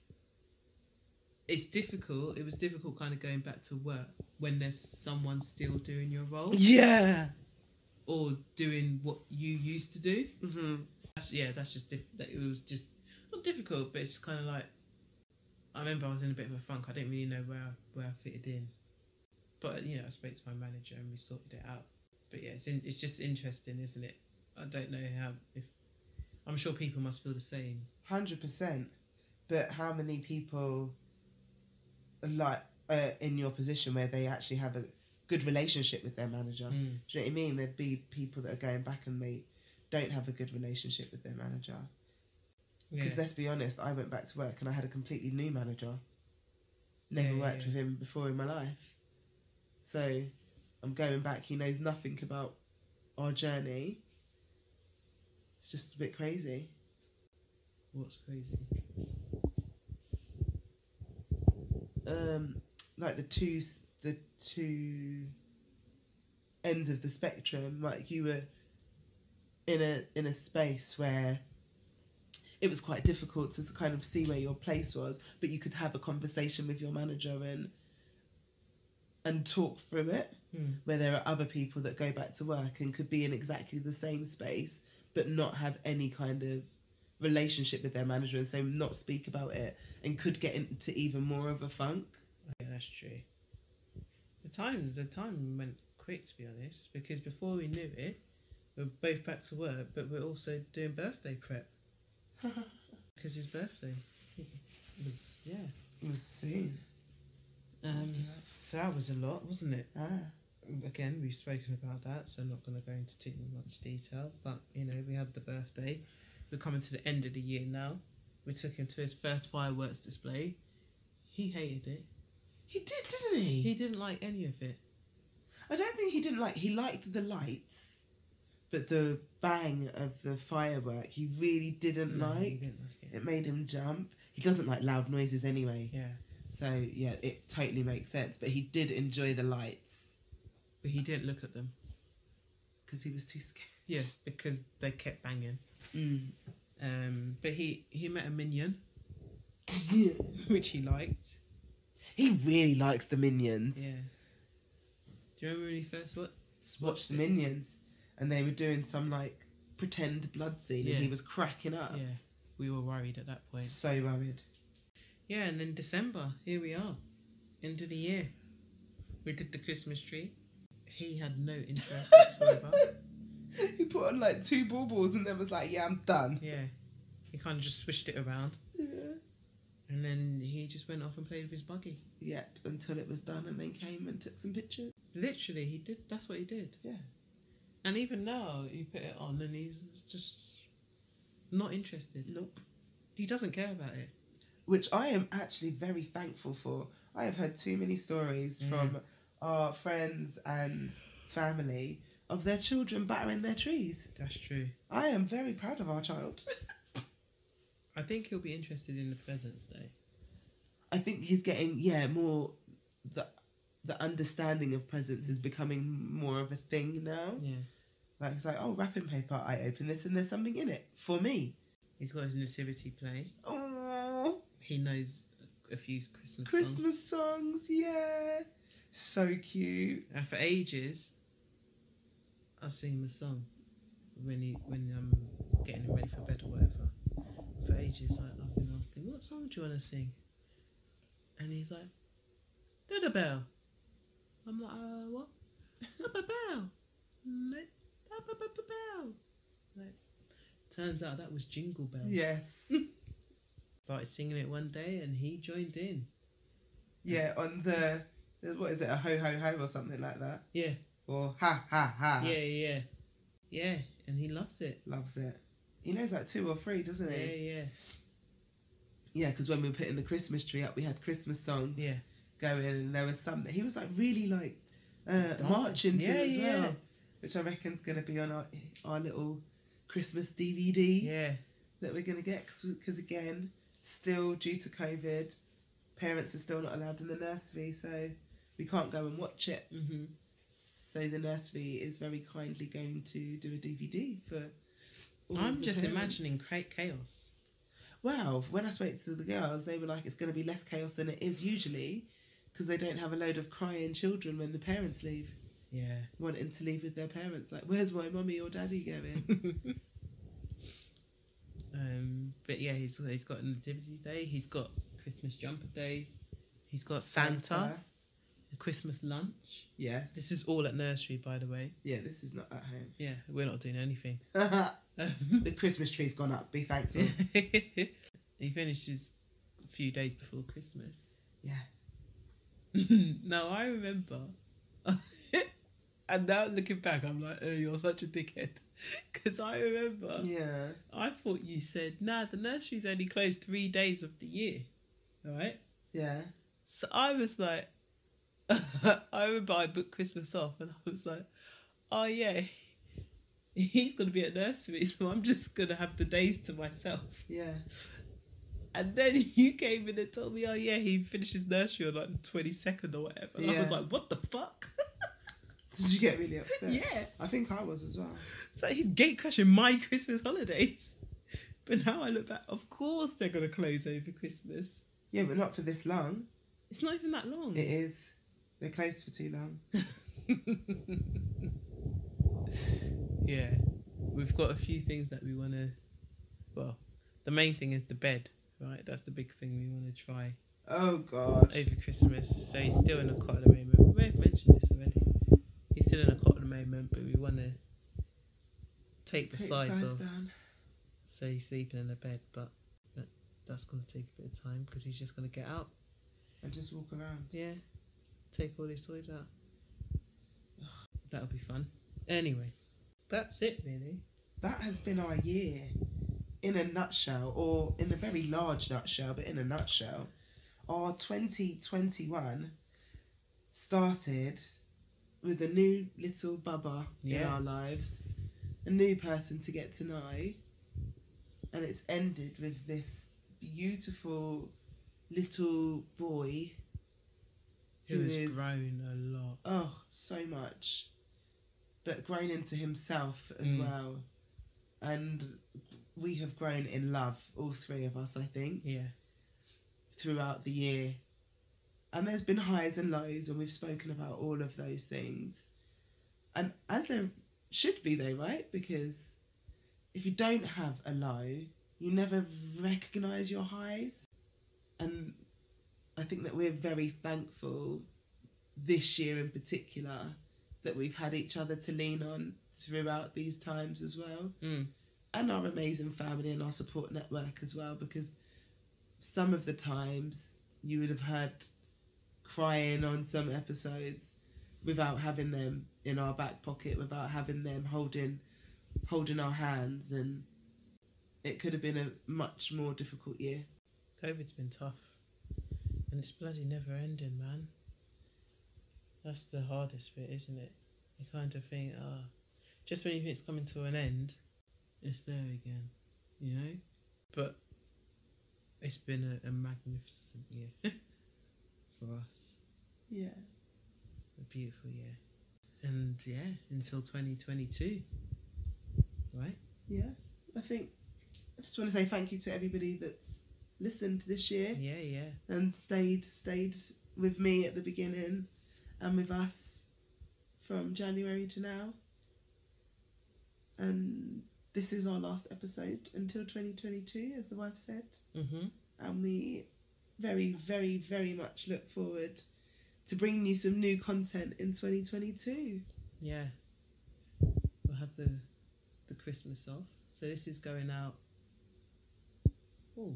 Speaker 1: It's difficult. It was difficult, kind of going back to work when there's someone still doing your role
Speaker 2: Yeah.
Speaker 1: or doing what you used to do.
Speaker 2: hmm
Speaker 1: That's, yeah, that's just diff- that it was just not difficult, but it's kind of like I remember I was in a bit of a funk. I didn't really know where I, where I fitted in, but you know, I spoke to my manager and we sorted it out. But yeah, it's in, it's just interesting, isn't it? I don't know how if I'm sure people must feel the same.
Speaker 2: Hundred percent. But how many people, are like, uh, in your position where they actually have a good relationship with their manager?
Speaker 1: Mm.
Speaker 2: Do you know what I mean? There'd be people that are going back and they don't have a good relationship with their manager.
Speaker 1: Yeah.
Speaker 2: Because let's be honest, I went back to work and I had a completely new manager. Never
Speaker 1: Yeah, yeah,
Speaker 2: worked
Speaker 1: yeah.
Speaker 2: with him before in my life. So I'm going back. He knows nothing about our journey. It's just a bit crazy.
Speaker 1: What's crazy?
Speaker 2: um, like the two s- the two ends of the spectrum. Like you were in a in a space where it was quite difficult to kind of see where your place was, but you could have a conversation with your manager and and talk through it.
Speaker 1: Mm.
Speaker 2: Where there are other people that go back to work and could be in exactly the same space, but not have any kind of relationship with their manager and so not speak about it and could get into even more of a funk.
Speaker 1: Yeah, that's true. The time the time went quick to be honest, because before we knew it, we're both back to work, but we're also doing birthday prep. because his birthday was yeah.
Speaker 2: We'll see.
Speaker 1: Um, so that was a lot, wasn't it?
Speaker 2: ah,
Speaker 1: Again, we've spoken about that, so I'm not going to go into too much detail. But you know, we had the birthday. We're coming to the end of the year now. We took him to his first fireworks display. He hated it.
Speaker 2: he did, didn't he?
Speaker 1: He didn't like any of it.
Speaker 2: I don't think he didn't like. He liked the lights, but the bang of the firework he really didn't
Speaker 1: No, he
Speaker 2: like.
Speaker 1: didn't like it.
Speaker 2: It made him jump. He doesn't like loud noises anyway,
Speaker 1: Yeah,
Speaker 2: so yeah, it totally makes sense. But he did enjoy the lights
Speaker 1: but he didn't look at them.
Speaker 2: because he was too scared.
Speaker 1: Yeah, because they kept banging.
Speaker 2: Mm.
Speaker 1: Um, but he he met a minion, which he liked.
Speaker 2: he really likes the minions.
Speaker 1: Yeah. Do you remember when he first wa-
Speaker 2: Just watched the
Speaker 1: it?
Speaker 2: minions, and they were doing some like pretend blood scene,
Speaker 1: Yeah.
Speaker 2: and he was cracking up.
Speaker 1: Yeah, we were worried at that point.
Speaker 2: So worried.
Speaker 1: Yeah, and then December, here we are, end of the year. We did the Christmas tree. He had no interest whatsoever.
Speaker 2: he put on like two baubles and then was like, "Yeah, I'm done."
Speaker 1: yeah, he kind of just swished it around,
Speaker 2: Yeah.
Speaker 1: and then he just went off and played with his buggy.
Speaker 2: Yep. Until it was done, and then came and took some pictures.
Speaker 1: Literally, he did. That's what he did.
Speaker 2: Yeah.
Speaker 1: And even now, you put it on, and he's just not interested.
Speaker 2: Nope.
Speaker 1: He doesn't care about it.
Speaker 2: Which I am actually very thankful for. I have heard too many stories
Speaker 1: Mm.
Speaker 2: from our friends and family of their children battering their trees.
Speaker 1: That's true.
Speaker 2: I am very proud of our child.
Speaker 1: I think he'll be interested in the presents though.
Speaker 2: I think he's getting yeah more the the understanding of presents is becoming more of a thing now.
Speaker 1: Yeah.
Speaker 2: Like it's like oh wrapping paper. I open this and there's something in it for me.
Speaker 1: He's got his nativity play.
Speaker 2: Oh,
Speaker 1: He knows a few Christmas, songs.
Speaker 2: Christmas songs, yeah, so cute.
Speaker 1: And for ages, I've seen him a song when he when I'm getting him ready for bed or whatever. For ages, I, I've been asking, "What song do you want to sing?" And he's like, "Dada Bell." I'm like, uh, "What? Dada Bell? No, Dada Bell." Like, turns out that was Jingle Bells.
Speaker 2: Yes,
Speaker 1: Started singing it one day, and he joined in.
Speaker 2: yeah. On the what is it a ho ho ho or something like that
Speaker 1: Yeah,
Speaker 2: or ha ha ha.
Speaker 1: yeah, yeah, yeah, and he loves it.
Speaker 2: loves it. He knows like two or three, doesn't
Speaker 1: Yeah,
Speaker 2: he?
Speaker 1: yeah,
Speaker 2: Yeah, because when we were putting the Christmas tree up, we had Christmas songs
Speaker 1: yeah.
Speaker 2: going, and there was some that he was like really like uh,
Speaker 1: Dancing.
Speaker 2: marching to
Speaker 1: Yeah,
Speaker 2: as well,
Speaker 1: yeah.
Speaker 2: which I reckon's gonna be on our our little Christmas DVD
Speaker 1: Yeah,
Speaker 2: that we're gonna get because again, still due to COVID, parents are still not allowed in the nursery, so we can't go and watch it.
Speaker 1: hmm
Speaker 2: So the nursery is very kindly going to do a DVD for. all
Speaker 1: I'm
Speaker 2: the
Speaker 1: just
Speaker 2: parents.
Speaker 1: imagining cra- chaos.
Speaker 2: Well, when I spoke to the girls, they were like, it's going to be less chaos than it is usually because they don't have a load of crying children when the parents leave,
Speaker 1: Yeah.
Speaker 2: wanting to leave with their parents. Like, where's my mummy or daddy going?
Speaker 1: um, but yeah, he's he's got Nativity Day. He's got Christmas Jumper Day. He's got Santa, a Christmas lunch.
Speaker 2: Yes.
Speaker 1: This is all at nursery, by the way.
Speaker 2: Yeah, this is not at home.
Speaker 1: Yeah, we're not doing anything.
Speaker 2: the Christmas tree's gone up, be thankful.
Speaker 1: he finishes a few days before Christmas.
Speaker 2: Yeah.
Speaker 1: now I remember, and now looking back, I'm like, oh, you're such a dickhead. Because I remember,
Speaker 2: yeah.
Speaker 1: I thought you said, nah, the nursery's only closed three days of the year, right?
Speaker 2: Yeah.
Speaker 1: So I was like, I remember I booked Christmas off, and I was like, oh yeah, he's gonna be at nursery, so I'm just gonna have the days to myself.
Speaker 2: Yeah.
Speaker 1: And then you came in and told me, oh yeah, he finishes nursery on like the twenty second or whatever. And I was
Speaker 2: Yeah.
Speaker 1: like, what the fuck?
Speaker 2: Did you get really upset?
Speaker 1: yeah,
Speaker 2: I think I was as well.
Speaker 1: it's like he's gate crashing my Christmas holidays. But now I look back, of course they're gonna close over Christmas.
Speaker 2: Yeah, but not for this long.
Speaker 1: It's not even that long.
Speaker 2: It is. They're closed for too long.
Speaker 1: yeah, we've got a few things that we want to. Well, the main thing is the bed, right? That's the big thing we want to try
Speaker 2: Oh, God.
Speaker 1: over Christmas. So he's still in a cot at the moment. We may have mentioned this already. He's still in a cot at the moment, but we want to take the
Speaker 2: Take
Speaker 1: sides
Speaker 2: sides
Speaker 1: off.
Speaker 2: down.
Speaker 1: So he's sleeping in a bed, but that, that's going to take a bit of time because he's just going to get out.
Speaker 2: And just walk around.
Speaker 1: Yeah, take all his toys out. That'll be fun. Anyway, that's it really.
Speaker 2: that has been our year in a nutshell, or in a very large nutshell, but in a nutshell. Our 2021 started with a new little bubba in
Speaker 1: Yeah.
Speaker 2: our lives, a new person to get to know, and it's ended with this beautiful little boy
Speaker 1: Who
Speaker 2: Who
Speaker 1: has
Speaker 2: is-
Speaker 1: grown a lot.
Speaker 2: Oh, so much. But grown into himself as
Speaker 1: Mm.
Speaker 2: well. And we have grown in love, all three of us, I think,
Speaker 1: Yeah.
Speaker 2: throughout the year. And there's been highs and lows, and we've spoken about all of those things. And as there should be, though, right? Because if you don't have a low, you never recognize your highs. And I think that we're very thankful this year in particular that we've had each other to lean on throughout these times as well
Speaker 1: Mm.
Speaker 2: and our amazing family and our support network as well because some of the times you would have had crying on some episodes without having them in our back pocket without having them holding holding our hands and it could have been a much more difficult year
Speaker 1: COVID's been tough. And it's bloody never ending, man. That's the hardest bit, isn't it? You kind of think, ah, just when you think it's coming to an end, it's there again, you know? But it's been a, a magnificent year for us,
Speaker 2: Yeah.
Speaker 1: a beautiful year. And yeah, until 2022, right?
Speaker 2: Yeah. I think I just want to say thank you to everybody that's listened this year
Speaker 1: Yeah, yeah.
Speaker 2: and stayed stayed with me at the beginning and with us from January to now. And this is our last episode until 2022, as the wife said.
Speaker 1: Mm-hmm.
Speaker 2: and we very, very, very much look forward to bringing you some new content in 2022.
Speaker 1: Yeah. We'll have the the Christmas off. So this is going out. Oh.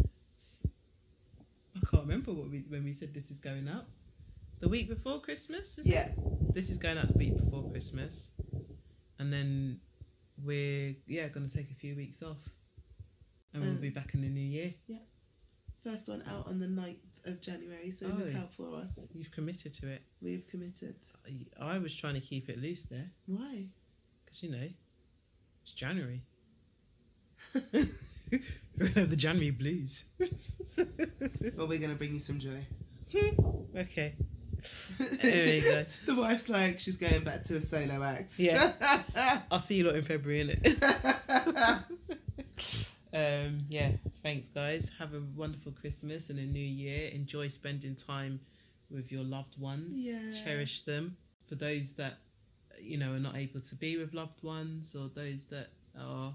Speaker 1: I can't remember what we when we said this is going out. The week before Christmas, is it?
Speaker 2: Yeah,
Speaker 1: This is going out the week before Christmas. And then we're yeah, gonna take a few weeks off. And we'll
Speaker 2: Mm.
Speaker 1: be back in the new year.
Speaker 2: first one out on the 9th of January, so look
Speaker 1: Oh.
Speaker 2: out for us.
Speaker 1: You've committed to it.
Speaker 2: We've committed.
Speaker 1: I- I was trying to keep it loose there,
Speaker 2: Why?
Speaker 1: because you know, it's January. We're gonna have the January blues.
Speaker 2: well, we're going to bring you some joy.
Speaker 1: Okay. Anyway, guys.
Speaker 2: the wife's like, she's going back to a solo act.
Speaker 1: Yeah. I'll see you lot in February, innit?
Speaker 2: Merry
Speaker 1: um, yeah, thanks, guys. Have a wonderful Christmas and a new year. Enjoy spending time with your loved ones.
Speaker 2: Yeah.
Speaker 1: Cherish them. For those that, you know, are not able to be with loved ones or those that are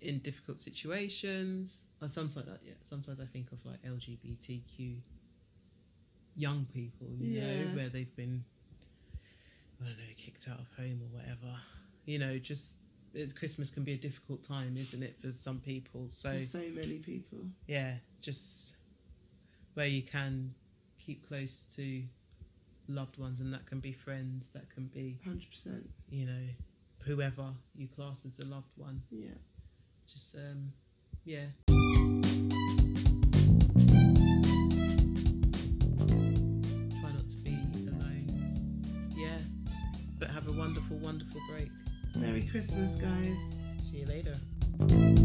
Speaker 1: in difficult situations. Or sometimes, yeah, sometimes I think of like LGBTQ young people, you
Speaker 2: Yeah.
Speaker 1: know, where they've been, I don't know, kicked out of home or whatever. You know, just it, Christmas can be a difficult time, isn't it, for some people? So
Speaker 2: There's so many people.
Speaker 1: yeah, just where you can keep close to loved ones, and that can be friends, that can be
Speaker 2: 100%.
Speaker 1: you know whoever you class as a loved one.
Speaker 2: Yeah.
Speaker 1: Just um, yeah, try not to be alone. Yeah, but have a wonderful, wonderful break.
Speaker 2: Merry Christmas, guys.
Speaker 1: See you later.